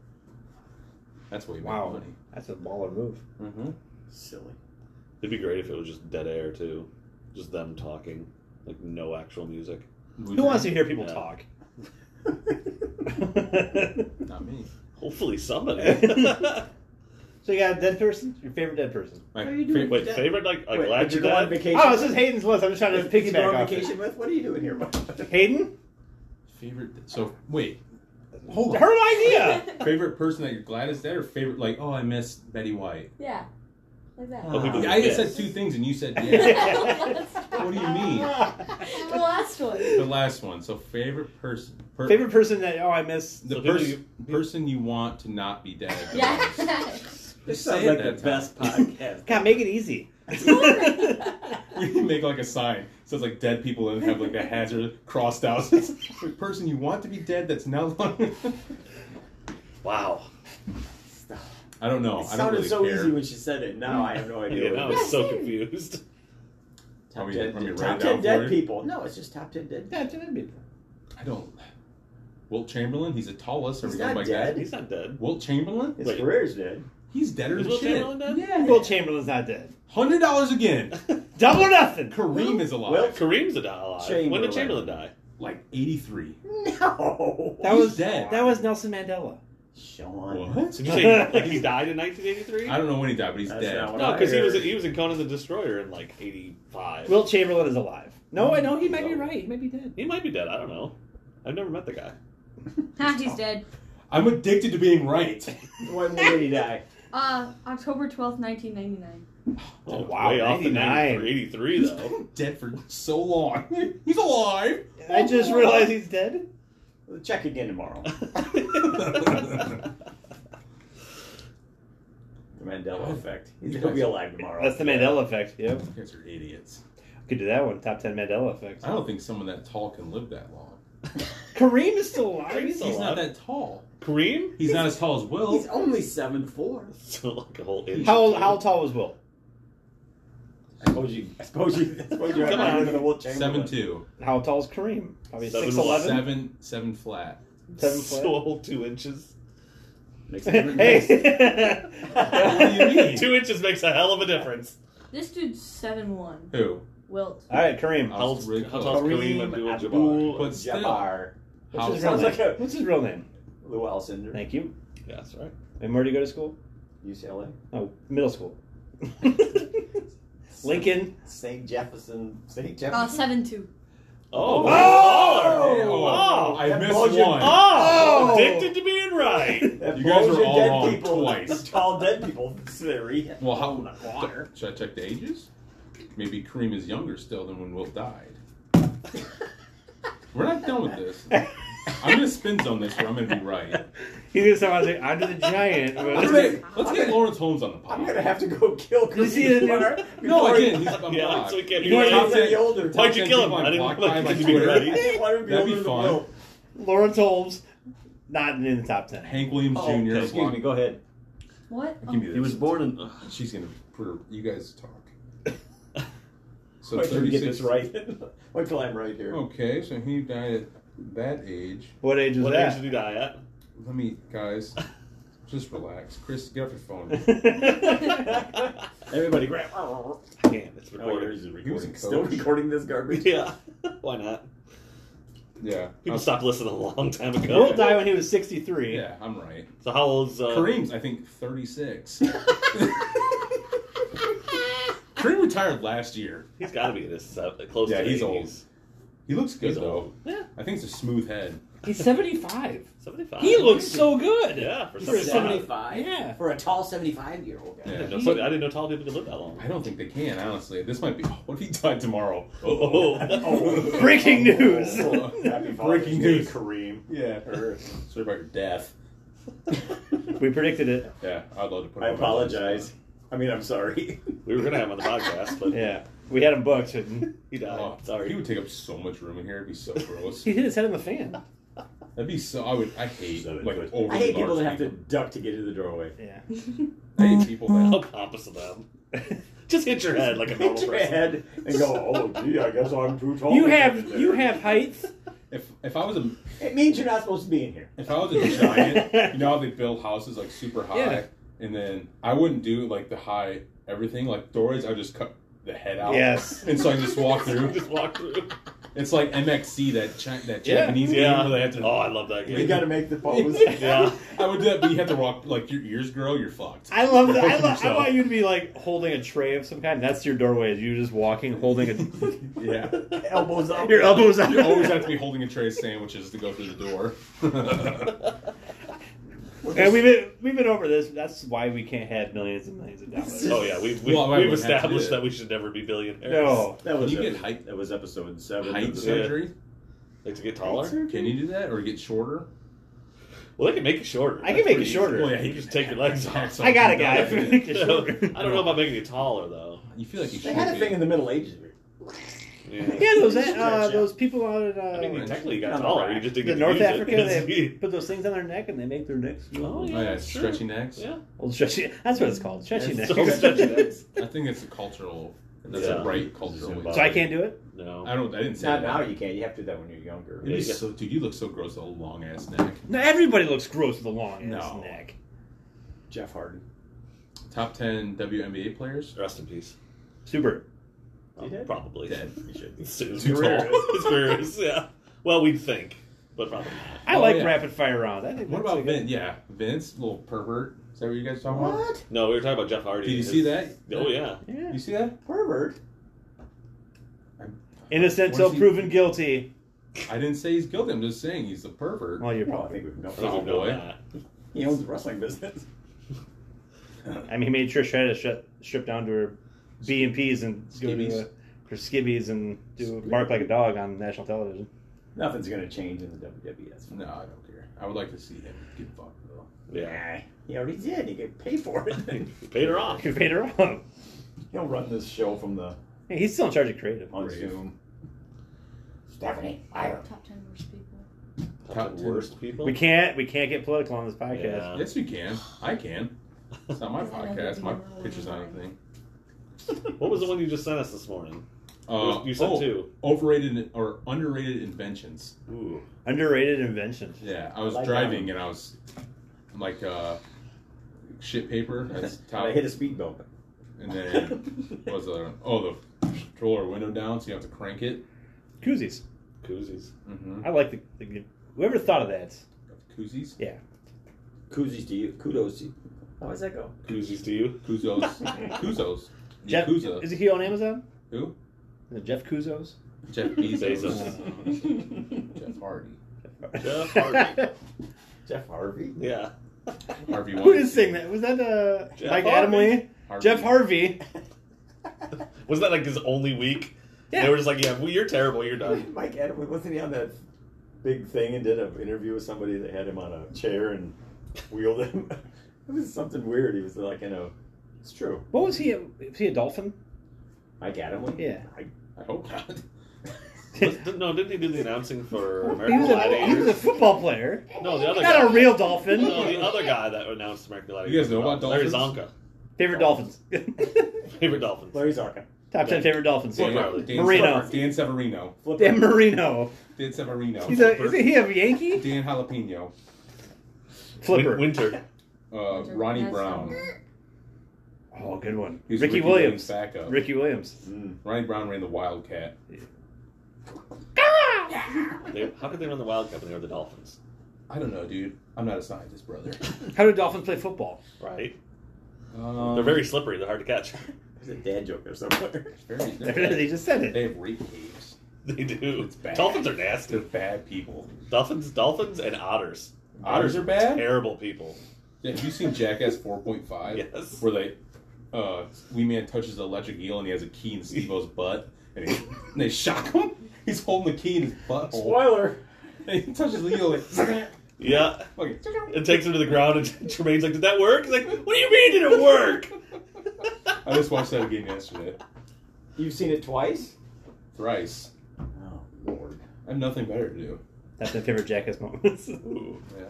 [SPEAKER 2] That's way
[SPEAKER 1] Wow.
[SPEAKER 2] wow. money.
[SPEAKER 1] That's a baller move.
[SPEAKER 2] Mm-hmm.
[SPEAKER 4] Silly.
[SPEAKER 3] It'd be great if it was just dead air too, just them talking, like no actual music.
[SPEAKER 1] Who wants to hear people
[SPEAKER 3] Yeah.
[SPEAKER 1] talk?
[SPEAKER 2] Not me.
[SPEAKER 3] Hopefully somebody.
[SPEAKER 1] so you got a dead person? Your favorite dead person?
[SPEAKER 2] Like,
[SPEAKER 5] Are you doing-
[SPEAKER 2] fa-
[SPEAKER 3] Wait, favorite like like
[SPEAKER 4] Wait,
[SPEAKER 3] glad
[SPEAKER 4] but
[SPEAKER 3] you
[SPEAKER 4] you're going on
[SPEAKER 3] got.
[SPEAKER 4] vacation.
[SPEAKER 1] Oh, this is Hayden's list. I'm just trying to
[SPEAKER 4] If you go
[SPEAKER 1] piggyback
[SPEAKER 4] on
[SPEAKER 1] off
[SPEAKER 4] vacation
[SPEAKER 1] it.
[SPEAKER 4] with? What are you doing here, Mark?
[SPEAKER 1] Hayden,
[SPEAKER 2] favorite. So wait, hold on.
[SPEAKER 1] her idea.
[SPEAKER 2] Favorite person that you're glad is dead, or favorite like oh I miss Betty White.
[SPEAKER 5] Yeah. Like that.
[SPEAKER 1] Ah.
[SPEAKER 3] Oh, people-
[SPEAKER 2] Yeah, I just
[SPEAKER 3] Yes.
[SPEAKER 2] said two things and you said yeah.
[SPEAKER 5] what
[SPEAKER 2] what do you mean?
[SPEAKER 5] The last one.
[SPEAKER 2] The last one. So favorite person. Per-
[SPEAKER 1] Favorite person that oh I miss.
[SPEAKER 2] The
[SPEAKER 3] So who
[SPEAKER 2] pers-
[SPEAKER 3] do
[SPEAKER 2] person you want to not be dead. the
[SPEAKER 5] Yeah.
[SPEAKER 2] most.
[SPEAKER 4] This
[SPEAKER 2] Say
[SPEAKER 4] sounds
[SPEAKER 2] it
[SPEAKER 4] like
[SPEAKER 2] that
[SPEAKER 4] the
[SPEAKER 2] time.
[SPEAKER 4] best podcast.
[SPEAKER 1] God, make it easy.
[SPEAKER 2] We can make like a sign. So it's like dead people and have like the hazard crossed out. It's the person you want to be dead that's no longer.
[SPEAKER 3] Wow.
[SPEAKER 2] I don't know.
[SPEAKER 4] It
[SPEAKER 2] I don't
[SPEAKER 4] sounded
[SPEAKER 2] really
[SPEAKER 4] so
[SPEAKER 2] care.
[SPEAKER 4] easy when she said it. Now I have no idea.
[SPEAKER 3] Yeah, I
[SPEAKER 4] what it is.
[SPEAKER 3] was so confused.
[SPEAKER 2] Let
[SPEAKER 4] Top
[SPEAKER 2] me-
[SPEAKER 4] ten,
[SPEAKER 2] let me write
[SPEAKER 4] top
[SPEAKER 2] it
[SPEAKER 4] 10
[SPEAKER 2] down for
[SPEAKER 4] dead
[SPEAKER 2] you.
[SPEAKER 4] people. No, it's just top ten dead.
[SPEAKER 1] Yeah, that'd be-
[SPEAKER 2] I don't. Wilt Chamberlain. He's the tallest. Are we
[SPEAKER 4] He's
[SPEAKER 2] going
[SPEAKER 4] not
[SPEAKER 2] like
[SPEAKER 4] dead.
[SPEAKER 2] that?
[SPEAKER 3] He's not dead.
[SPEAKER 2] Wilt Chamberlain.
[SPEAKER 4] His
[SPEAKER 3] Wait.
[SPEAKER 4] career's dead.
[SPEAKER 2] He's deader
[SPEAKER 3] Is
[SPEAKER 2] than
[SPEAKER 3] Wilt
[SPEAKER 2] shit.
[SPEAKER 3] Chamberlain dead?
[SPEAKER 2] Yeah.
[SPEAKER 1] Will Chamberlain's not dead.
[SPEAKER 2] Hundred dollars again.
[SPEAKER 1] Double nothing.
[SPEAKER 2] Kareem is alive.
[SPEAKER 4] Wilt-
[SPEAKER 3] Kareem's a die alive. When
[SPEAKER 4] Chamberlain.
[SPEAKER 3] did Chamberlain die?
[SPEAKER 2] like eighty-three.
[SPEAKER 4] No.
[SPEAKER 1] That
[SPEAKER 2] He's
[SPEAKER 1] was
[SPEAKER 2] dead.
[SPEAKER 1] That was Nelson Mandela.
[SPEAKER 4] Sean.
[SPEAKER 2] What?
[SPEAKER 3] Did you say like he died in 1983?
[SPEAKER 2] I don't know when he died, but he's
[SPEAKER 4] That's
[SPEAKER 2] dead.
[SPEAKER 4] not what
[SPEAKER 3] No,
[SPEAKER 4] I
[SPEAKER 3] because he
[SPEAKER 4] heard.
[SPEAKER 3] was he was in Conan the Destroyer in like '85.
[SPEAKER 1] Will Chamberlain is alive. No, I know he might be right. He might be dead.
[SPEAKER 3] he might be dead. I don't know. I've never met the guy.
[SPEAKER 5] Ha, he's dead.
[SPEAKER 2] I'm addicted to being right.
[SPEAKER 4] When did he die?
[SPEAKER 5] Uh, October 12th, 1999.
[SPEAKER 3] Oh,
[SPEAKER 1] wow,
[SPEAKER 3] way off the
[SPEAKER 1] 99.
[SPEAKER 3] 93, 83
[SPEAKER 2] He's
[SPEAKER 3] though.
[SPEAKER 2] been dead for so long. He's alive.
[SPEAKER 1] I just realized he's dead.
[SPEAKER 4] Check again tomorrow. The Mandela effect. He's gonna be alive tomorrow.
[SPEAKER 1] That's the Mandela effect. Yep.
[SPEAKER 2] You guys are idiots.
[SPEAKER 1] Could do that one. Top ten Mandela effects.
[SPEAKER 2] I don't think someone that tall can live that long.
[SPEAKER 1] Kareem is still alive.
[SPEAKER 3] Kareem's
[SPEAKER 1] He's
[SPEAKER 3] still
[SPEAKER 2] He's not
[SPEAKER 3] alive.
[SPEAKER 2] that tall.
[SPEAKER 3] Kareem?
[SPEAKER 2] He's not as tall as Will.
[SPEAKER 4] He's only seven four.
[SPEAKER 3] So like a whole inch.
[SPEAKER 1] How old, how tall was Will?
[SPEAKER 4] I suppose you. I suppose you. I suppose you're
[SPEAKER 3] Come
[SPEAKER 4] right
[SPEAKER 3] on.
[SPEAKER 4] under the Wilt
[SPEAKER 2] Seven
[SPEAKER 4] Chamberlain.
[SPEAKER 2] two.
[SPEAKER 1] How tall is Kareem? Probably
[SPEAKER 3] Seven-
[SPEAKER 1] six eleven.
[SPEAKER 2] Seven seven flat.
[SPEAKER 1] Seven
[SPEAKER 3] so
[SPEAKER 1] foot.
[SPEAKER 3] a whole two inches.
[SPEAKER 4] Makes a difference.
[SPEAKER 1] Hey.
[SPEAKER 4] What
[SPEAKER 2] do you mean?
[SPEAKER 3] two inches makes a hell of a difference.
[SPEAKER 5] This dude's 7 1.
[SPEAKER 2] Who?
[SPEAKER 5] Wilt.
[SPEAKER 1] All right, Kareem.
[SPEAKER 2] I was
[SPEAKER 3] How-
[SPEAKER 2] really
[SPEAKER 3] how
[SPEAKER 2] close.
[SPEAKER 3] tall- Kareem Abdul-Jabbar.
[SPEAKER 2] But still.
[SPEAKER 4] Jabbar.
[SPEAKER 1] What's his
[SPEAKER 2] How-
[SPEAKER 1] real
[SPEAKER 4] Sounds
[SPEAKER 1] name?
[SPEAKER 4] like a-
[SPEAKER 1] What's his real name?
[SPEAKER 4] Lou Alcindor.
[SPEAKER 1] Thank you.
[SPEAKER 3] Yeah, that's right.
[SPEAKER 1] And where do you go to school?
[SPEAKER 4] UCLA,
[SPEAKER 1] Oh, middle school. Lincoln.
[SPEAKER 4] St. Jefferson, St. Jefferson.
[SPEAKER 5] Uh, seven two.
[SPEAKER 3] Oh,
[SPEAKER 1] Oh!
[SPEAKER 2] Oh,
[SPEAKER 3] Oh!
[SPEAKER 2] I
[SPEAKER 4] That
[SPEAKER 2] missed
[SPEAKER 4] blows your-
[SPEAKER 2] one.
[SPEAKER 3] Oh! Addicted to being right.
[SPEAKER 4] That
[SPEAKER 2] You
[SPEAKER 4] blows
[SPEAKER 2] guys are
[SPEAKER 4] your
[SPEAKER 2] all
[SPEAKER 4] dead
[SPEAKER 2] wrong
[SPEAKER 4] people.
[SPEAKER 2] twice.
[SPEAKER 4] all dead people theory.
[SPEAKER 2] Well, how
[SPEAKER 4] Not water.
[SPEAKER 2] should I check the ages? Maybe Kareem is younger still than when Will died. We're not done with this. I'm gonna spin zone this, or I'm gonna be right.
[SPEAKER 1] He's gonna sound like Andre the Giant.
[SPEAKER 2] Let's
[SPEAKER 1] but-
[SPEAKER 2] get, let's get Lawrence Holmes on the pod.
[SPEAKER 4] I'm gonna have to go kill
[SPEAKER 1] You see the
[SPEAKER 4] Chrissy
[SPEAKER 1] new-
[SPEAKER 4] Water.
[SPEAKER 2] no,
[SPEAKER 4] before-
[SPEAKER 2] again, he's, I'm
[SPEAKER 3] Yeah,
[SPEAKER 2] blocked.
[SPEAKER 3] so we can't
[SPEAKER 2] You
[SPEAKER 3] be
[SPEAKER 2] know,
[SPEAKER 3] right.
[SPEAKER 2] top
[SPEAKER 4] He's gonna
[SPEAKER 2] ten-
[SPEAKER 4] be older.
[SPEAKER 2] top
[SPEAKER 3] Why'd you
[SPEAKER 2] 10
[SPEAKER 3] kill
[SPEAKER 2] people
[SPEAKER 3] him?
[SPEAKER 2] on
[SPEAKER 3] I didn't
[SPEAKER 2] Block
[SPEAKER 3] look.
[SPEAKER 2] Five
[SPEAKER 3] Did
[SPEAKER 2] on
[SPEAKER 3] you be
[SPEAKER 2] Twitter.
[SPEAKER 3] ready?
[SPEAKER 4] I want him to be
[SPEAKER 2] That'd be
[SPEAKER 4] older than
[SPEAKER 2] fun.
[SPEAKER 4] Will.
[SPEAKER 1] Lawrence Holmes, not in the top ten.
[SPEAKER 2] Hank Williams
[SPEAKER 4] Oh,
[SPEAKER 2] Jr. is
[SPEAKER 6] Excuse
[SPEAKER 2] locked-
[SPEAKER 6] me, go ahead.
[SPEAKER 5] What?
[SPEAKER 2] Give me this.
[SPEAKER 6] He was born in.
[SPEAKER 2] She's gonna. For you guys talk. So
[SPEAKER 4] Wait till we get this
[SPEAKER 2] 36
[SPEAKER 4] right. Wait till I'm right here.
[SPEAKER 2] Okay, so he died at that age.
[SPEAKER 1] What age was
[SPEAKER 3] What age
[SPEAKER 1] that?
[SPEAKER 3] did he die at?
[SPEAKER 2] Let me, guys, just relax. Chris, get off your phone.
[SPEAKER 4] Everybody grab.
[SPEAKER 3] Damn, it's
[SPEAKER 6] Oh,
[SPEAKER 3] recorded.
[SPEAKER 6] yours is
[SPEAKER 2] He was a
[SPEAKER 6] recording.
[SPEAKER 2] coach.
[SPEAKER 4] Still recording this garbage.
[SPEAKER 3] Yeah. Why not?
[SPEAKER 2] Yeah.
[SPEAKER 3] People
[SPEAKER 2] I'm-
[SPEAKER 3] stopped listening a long time ago.
[SPEAKER 1] Will died when he was sixty-three.
[SPEAKER 2] Yeah, I'm right.
[SPEAKER 3] So how old's uh,
[SPEAKER 2] Kareem's, I think, 36. Kareem retired last year.
[SPEAKER 3] He's got to be this uh, close.
[SPEAKER 2] Yeah,
[SPEAKER 3] to
[SPEAKER 2] he's
[SPEAKER 3] 80s.
[SPEAKER 2] old. He looks good,
[SPEAKER 3] He's
[SPEAKER 2] though.
[SPEAKER 3] old. Yeah,
[SPEAKER 2] I think it's a smooth head.
[SPEAKER 1] He's seventy-five.
[SPEAKER 3] seventy-five.
[SPEAKER 1] He looks so good.
[SPEAKER 3] Yeah, for
[SPEAKER 1] For
[SPEAKER 3] seventy-five.
[SPEAKER 1] somebody-
[SPEAKER 4] Yeah.
[SPEAKER 1] Yeah.
[SPEAKER 4] For a tall 75 year old guy.
[SPEAKER 3] I, didn't
[SPEAKER 2] Yeah.
[SPEAKER 3] know, so- I didn't know tall people could live that long.
[SPEAKER 2] I don't think they can, honestly. This might be. What if he died tomorrow?
[SPEAKER 3] Oh,
[SPEAKER 1] Breaking news.
[SPEAKER 4] Happy Father's
[SPEAKER 2] Breaking
[SPEAKER 4] Day,
[SPEAKER 2] news.
[SPEAKER 4] Kareem.
[SPEAKER 2] Yeah. Sorry about your death.
[SPEAKER 1] we predicted it.
[SPEAKER 2] Yeah, I'd love to put
[SPEAKER 4] I
[SPEAKER 2] him on my list.
[SPEAKER 4] apologize. I mean, I'm sorry.
[SPEAKER 3] we were gonna have him on the podcast, but
[SPEAKER 1] Yeah, we had him booked. And
[SPEAKER 3] he died.
[SPEAKER 2] Oh,
[SPEAKER 3] Sorry.
[SPEAKER 2] He would take up so much room in here. It'd be so gross.
[SPEAKER 1] he hit his head on the fan.
[SPEAKER 2] That'd be so. I would. I hate
[SPEAKER 6] So
[SPEAKER 2] like
[SPEAKER 6] good.
[SPEAKER 2] overly
[SPEAKER 4] I hate people
[SPEAKER 2] large
[SPEAKER 4] that have to duck to get into the doorway.
[SPEAKER 1] Yeah.
[SPEAKER 2] I hate people
[SPEAKER 3] How
[SPEAKER 2] that.
[SPEAKER 3] pompous of them. Just hit your head like a normal
[SPEAKER 4] Hit your
[SPEAKER 3] person.
[SPEAKER 4] head and go, oh, gee, I guess I'm too tall.
[SPEAKER 1] You
[SPEAKER 4] to get
[SPEAKER 1] have
[SPEAKER 4] in there."
[SPEAKER 1] you have heights.
[SPEAKER 2] If if I was a
[SPEAKER 4] It means you're not supposed to be in here.
[SPEAKER 2] if I was a giant, you know how they build houses like super high,
[SPEAKER 1] Yeah.
[SPEAKER 2] and then I wouldn't do like the high everything like doorways. I just cut the head out.
[SPEAKER 1] Yes.
[SPEAKER 2] And so I just walk through.
[SPEAKER 3] Just walk through.
[SPEAKER 2] It's like MXC that chi- that
[SPEAKER 1] Yeah.
[SPEAKER 2] Japanese
[SPEAKER 3] Yeah.
[SPEAKER 2] game where they have to.
[SPEAKER 3] Oh, I love that
[SPEAKER 4] You
[SPEAKER 3] game.
[SPEAKER 4] got to make the pose.
[SPEAKER 3] yeah.
[SPEAKER 2] I would do that, but you have to walk like your ears grow. You're fucked.
[SPEAKER 1] I love that. I, lo- I
[SPEAKER 2] So-
[SPEAKER 1] want you to be like holding a tray of some kind. That's your doorway. Is you just walking, holding a
[SPEAKER 2] Yeah.
[SPEAKER 4] Elbows up.
[SPEAKER 1] your elbows out.
[SPEAKER 2] You always have to be holding a tray of sandwiches to go through the door.
[SPEAKER 1] And we've been we've been over this. That's why we can't have millions and millions of dollars.
[SPEAKER 3] Oh yeah, we've we've,
[SPEAKER 2] Well, I
[SPEAKER 3] we've
[SPEAKER 2] wouldn't have to
[SPEAKER 3] established
[SPEAKER 2] do it.
[SPEAKER 3] that we should never be billionaires.
[SPEAKER 1] No.
[SPEAKER 4] That was,
[SPEAKER 2] you
[SPEAKER 4] epi-
[SPEAKER 2] get height-
[SPEAKER 4] that was episode seven.
[SPEAKER 2] Height
[SPEAKER 4] of the-
[SPEAKER 2] surgery?
[SPEAKER 3] Like to get taller.
[SPEAKER 2] Can you do that or get shorter?
[SPEAKER 3] Well, they can make it shorter.
[SPEAKER 1] I can make it
[SPEAKER 3] Pretty-
[SPEAKER 1] shorter.
[SPEAKER 3] Well, yeah, you just take your legs off.
[SPEAKER 1] I got it, guy.
[SPEAKER 3] I don't know about making you taller though.
[SPEAKER 2] You feel like you
[SPEAKER 4] They
[SPEAKER 2] should.
[SPEAKER 4] had a
[SPEAKER 2] be.
[SPEAKER 4] thing in the Middle Ages.
[SPEAKER 1] Yeah, those
[SPEAKER 4] Stretch
[SPEAKER 1] uh,
[SPEAKER 4] out.
[SPEAKER 1] those people out at uh,
[SPEAKER 3] I mean, technically you
[SPEAKER 4] On
[SPEAKER 3] got
[SPEAKER 4] the
[SPEAKER 3] taller.
[SPEAKER 4] rack.
[SPEAKER 3] You just didn't
[SPEAKER 1] the
[SPEAKER 3] get to
[SPEAKER 1] North
[SPEAKER 3] use it
[SPEAKER 1] Africa, they
[SPEAKER 3] because-
[SPEAKER 1] put those things on their neck and they make their necks.
[SPEAKER 3] Oh yeah,
[SPEAKER 2] Oh, yeah,
[SPEAKER 3] sure.
[SPEAKER 2] stretchy necks.
[SPEAKER 3] Yeah,
[SPEAKER 1] Well, stretchy. That's what it's called. Stretchy
[SPEAKER 3] It's
[SPEAKER 1] neck.
[SPEAKER 3] so stretchy necks.
[SPEAKER 2] I think it's a cultural. That's
[SPEAKER 3] Yeah.
[SPEAKER 2] a right cultural.
[SPEAKER 3] Zimbabwe.
[SPEAKER 1] so I can't do it.
[SPEAKER 2] I
[SPEAKER 3] No,
[SPEAKER 2] don't. I didn't say
[SPEAKER 4] Not
[SPEAKER 2] that.
[SPEAKER 4] now you can't. You have to do that when you're younger.
[SPEAKER 2] It is so, dude, you look so gross with a long ass neck.
[SPEAKER 1] No, everybody looks gross with a long ass
[SPEAKER 2] No.
[SPEAKER 1] neck.
[SPEAKER 4] Jeff Harden.
[SPEAKER 2] Top ten WNBA players.
[SPEAKER 3] rest in peace.
[SPEAKER 1] Super.
[SPEAKER 4] He dead?
[SPEAKER 3] probably
[SPEAKER 2] Dead.
[SPEAKER 4] You should.
[SPEAKER 3] His his
[SPEAKER 2] Too
[SPEAKER 3] career
[SPEAKER 2] tall.
[SPEAKER 3] is- his career is, yeah. Well, we'd think, but probably not.
[SPEAKER 1] I
[SPEAKER 2] Oh,
[SPEAKER 1] like
[SPEAKER 2] yeah.
[SPEAKER 1] rapid fire rounds. I think
[SPEAKER 2] What
[SPEAKER 1] that's
[SPEAKER 2] about
[SPEAKER 1] a good-
[SPEAKER 2] Vince? Yeah, Vince, little pervert. Is that what you guys are talking about?
[SPEAKER 4] What?
[SPEAKER 3] No, we were talking about Jeff Hardy.
[SPEAKER 2] Did you
[SPEAKER 3] His-
[SPEAKER 2] see that?
[SPEAKER 3] Oh yeah.
[SPEAKER 1] Yeah.
[SPEAKER 2] You see that?
[SPEAKER 4] Pervert.
[SPEAKER 1] Innocent
[SPEAKER 2] What
[SPEAKER 1] till
[SPEAKER 2] is he-
[SPEAKER 1] proven guilty.
[SPEAKER 2] I didn't say he's guilty. I'm just saying he's a pervert.
[SPEAKER 1] Well, you're
[SPEAKER 4] Well, I
[SPEAKER 1] probably.
[SPEAKER 4] think we've known.
[SPEAKER 3] I think
[SPEAKER 2] Oh,
[SPEAKER 3] we've known
[SPEAKER 2] boy.
[SPEAKER 3] that.
[SPEAKER 4] He owns the wrestling business.
[SPEAKER 1] I mean, he made sure she had to shut, strip down to her B and P's and go to
[SPEAKER 2] Skibbies.
[SPEAKER 1] uh, her skibbies and do bark like a dog on national television.
[SPEAKER 4] Nothing's going to change in the E WWF.
[SPEAKER 2] No, I don't care. I would like to see him get fucked though.
[SPEAKER 3] Yeah,
[SPEAKER 4] He already did. He could pay for it.
[SPEAKER 3] he paid her off.
[SPEAKER 1] You paid her off.
[SPEAKER 4] He'll run this show from the
[SPEAKER 1] Hey, he's still in charge of creative.
[SPEAKER 4] on
[SPEAKER 2] Brave.
[SPEAKER 4] Zoom. Stephanie, fire.
[SPEAKER 5] Top ten worst people.
[SPEAKER 2] Top
[SPEAKER 3] Top
[SPEAKER 2] ten.
[SPEAKER 3] worst people.
[SPEAKER 1] We can't we can't get political on this podcast.
[SPEAKER 3] Yeah.
[SPEAKER 2] Yes, you can. I can. It's not my
[SPEAKER 5] Is that another
[SPEAKER 2] podcast. My
[SPEAKER 5] deal?
[SPEAKER 2] picture's not a thing.
[SPEAKER 3] What was the one you just sent us this morning?
[SPEAKER 2] Uh,
[SPEAKER 3] you said
[SPEAKER 2] oh,
[SPEAKER 3] two.
[SPEAKER 2] Overrated or underrated inventions.
[SPEAKER 3] Ooh.
[SPEAKER 1] Underrated inventions.
[SPEAKER 2] Yeah, I was
[SPEAKER 4] like that
[SPEAKER 2] driving and I was I'm like, uh, shit paper. That's top.
[SPEAKER 4] I hit a speed bump.
[SPEAKER 2] and then what was the other one? Oh, the controller window down, so you have to crank it.
[SPEAKER 1] Koozies.
[SPEAKER 3] Koozies.
[SPEAKER 2] Mm-hmm.
[SPEAKER 1] I like the, the whoever thought of that.
[SPEAKER 2] Koozies.
[SPEAKER 1] Yeah.
[SPEAKER 4] Koozies to you. Kudos. To you. How does that go?
[SPEAKER 3] Koozies to you.
[SPEAKER 2] Kuzos. Kuzos.
[SPEAKER 1] Jeff,
[SPEAKER 2] Yakuza.
[SPEAKER 1] is he on Amazon?
[SPEAKER 2] Who?
[SPEAKER 1] Is it Jeff Kuzos?
[SPEAKER 2] Jeff Bezos.
[SPEAKER 3] Bezos.
[SPEAKER 2] Jeff Hardy.
[SPEAKER 3] Jeff Hardy.
[SPEAKER 7] Jeff Harvey.
[SPEAKER 3] Yeah.
[SPEAKER 2] Harvey
[SPEAKER 1] Who
[SPEAKER 2] Weinstein.
[SPEAKER 1] did sing that? Was that uh,
[SPEAKER 3] Jeff
[SPEAKER 1] Mike
[SPEAKER 3] Harvey.
[SPEAKER 1] Adamley? Jeff Harvey.
[SPEAKER 3] Wasn't that like his only week?
[SPEAKER 1] Yeah.
[SPEAKER 3] They were just like, yeah, well, you're terrible. You're done.
[SPEAKER 7] Mike Adam wasn't he on that big thing and did an interview with somebody that had him on a chair and wheeled him? it was something weird. He was like, you know, it's true.
[SPEAKER 1] What was he? Was he a dolphin?
[SPEAKER 4] Mike Adamley?
[SPEAKER 1] Yeah.
[SPEAKER 2] I hope not.
[SPEAKER 3] Was- no, didn't he do the announcing for
[SPEAKER 1] He
[SPEAKER 3] American
[SPEAKER 1] was, a, he was a
[SPEAKER 3] Gladiators?
[SPEAKER 1] football player,
[SPEAKER 3] No, the other
[SPEAKER 1] not
[SPEAKER 3] guy.
[SPEAKER 1] a real dolphin.
[SPEAKER 3] No, the other guy that announced American Gladiators.
[SPEAKER 2] You guys know about
[SPEAKER 3] Larry
[SPEAKER 2] dolphins?
[SPEAKER 1] Favorite dolphins.
[SPEAKER 3] Zonka. Favorite Dolphins.
[SPEAKER 7] Larry Zonka.
[SPEAKER 1] Top ten favorite dolphins.
[SPEAKER 2] Dan,
[SPEAKER 3] Marley.
[SPEAKER 2] Dan
[SPEAKER 1] Marino.
[SPEAKER 2] Sever- Dan Severino.
[SPEAKER 7] Flipper.
[SPEAKER 1] Dan Marino.
[SPEAKER 2] Dan Severino.
[SPEAKER 1] He's a, is he a Yankee?
[SPEAKER 2] Dan Jalapeno.
[SPEAKER 1] Flipper.
[SPEAKER 3] Win- Winter.
[SPEAKER 2] Uh, Ronnie Brown.
[SPEAKER 1] Oh, good one.
[SPEAKER 2] He's
[SPEAKER 1] Ricky, Williams.
[SPEAKER 2] Backup.
[SPEAKER 1] Ricky Williams.
[SPEAKER 7] Mm.
[SPEAKER 2] Ronnie Brown ran the Wildcat.
[SPEAKER 3] They, how could they run the Wild Cup when they were the Dolphins?
[SPEAKER 2] I don't know, dude. I'm not a scientist, brother.
[SPEAKER 1] How do dolphins play football?
[SPEAKER 3] Right?
[SPEAKER 2] Um,
[SPEAKER 3] They're very slippery. They're hard to catch.
[SPEAKER 4] There's a dad joke or somewhere.
[SPEAKER 2] very-
[SPEAKER 1] they
[SPEAKER 2] they're
[SPEAKER 1] just said
[SPEAKER 2] bad. They
[SPEAKER 1] it.
[SPEAKER 2] have rape caves.
[SPEAKER 3] They do.
[SPEAKER 2] It's bad.
[SPEAKER 3] Dolphins are
[SPEAKER 2] They're
[SPEAKER 3] nasty.
[SPEAKER 2] bad people.
[SPEAKER 3] Dolphins, dolphins, and otters.
[SPEAKER 2] Otters are bad.
[SPEAKER 3] Terrible people.
[SPEAKER 2] Yeah, have you seen Jackass 4.5?
[SPEAKER 3] Yes.
[SPEAKER 2] Where they, uh, Wee Man touches the electric eel and he has a key in Steve-O's butt and, he, and they shock him. He's holding the key in his butthole.
[SPEAKER 7] Spoiler.
[SPEAKER 2] And he touches the eel like,
[SPEAKER 3] Yeah.
[SPEAKER 2] okay.
[SPEAKER 3] It takes him to the ground, and Tremaine's like, "Did that work?" He's like, "What do you mean did it work?"
[SPEAKER 2] I just watched that again yesterday.
[SPEAKER 7] You've seen it twice.
[SPEAKER 2] Thrice.
[SPEAKER 4] Oh,
[SPEAKER 2] Lord. I have nothing better to do.
[SPEAKER 1] That's my favorite Jackass moments.
[SPEAKER 3] Ooh,
[SPEAKER 2] Yeah.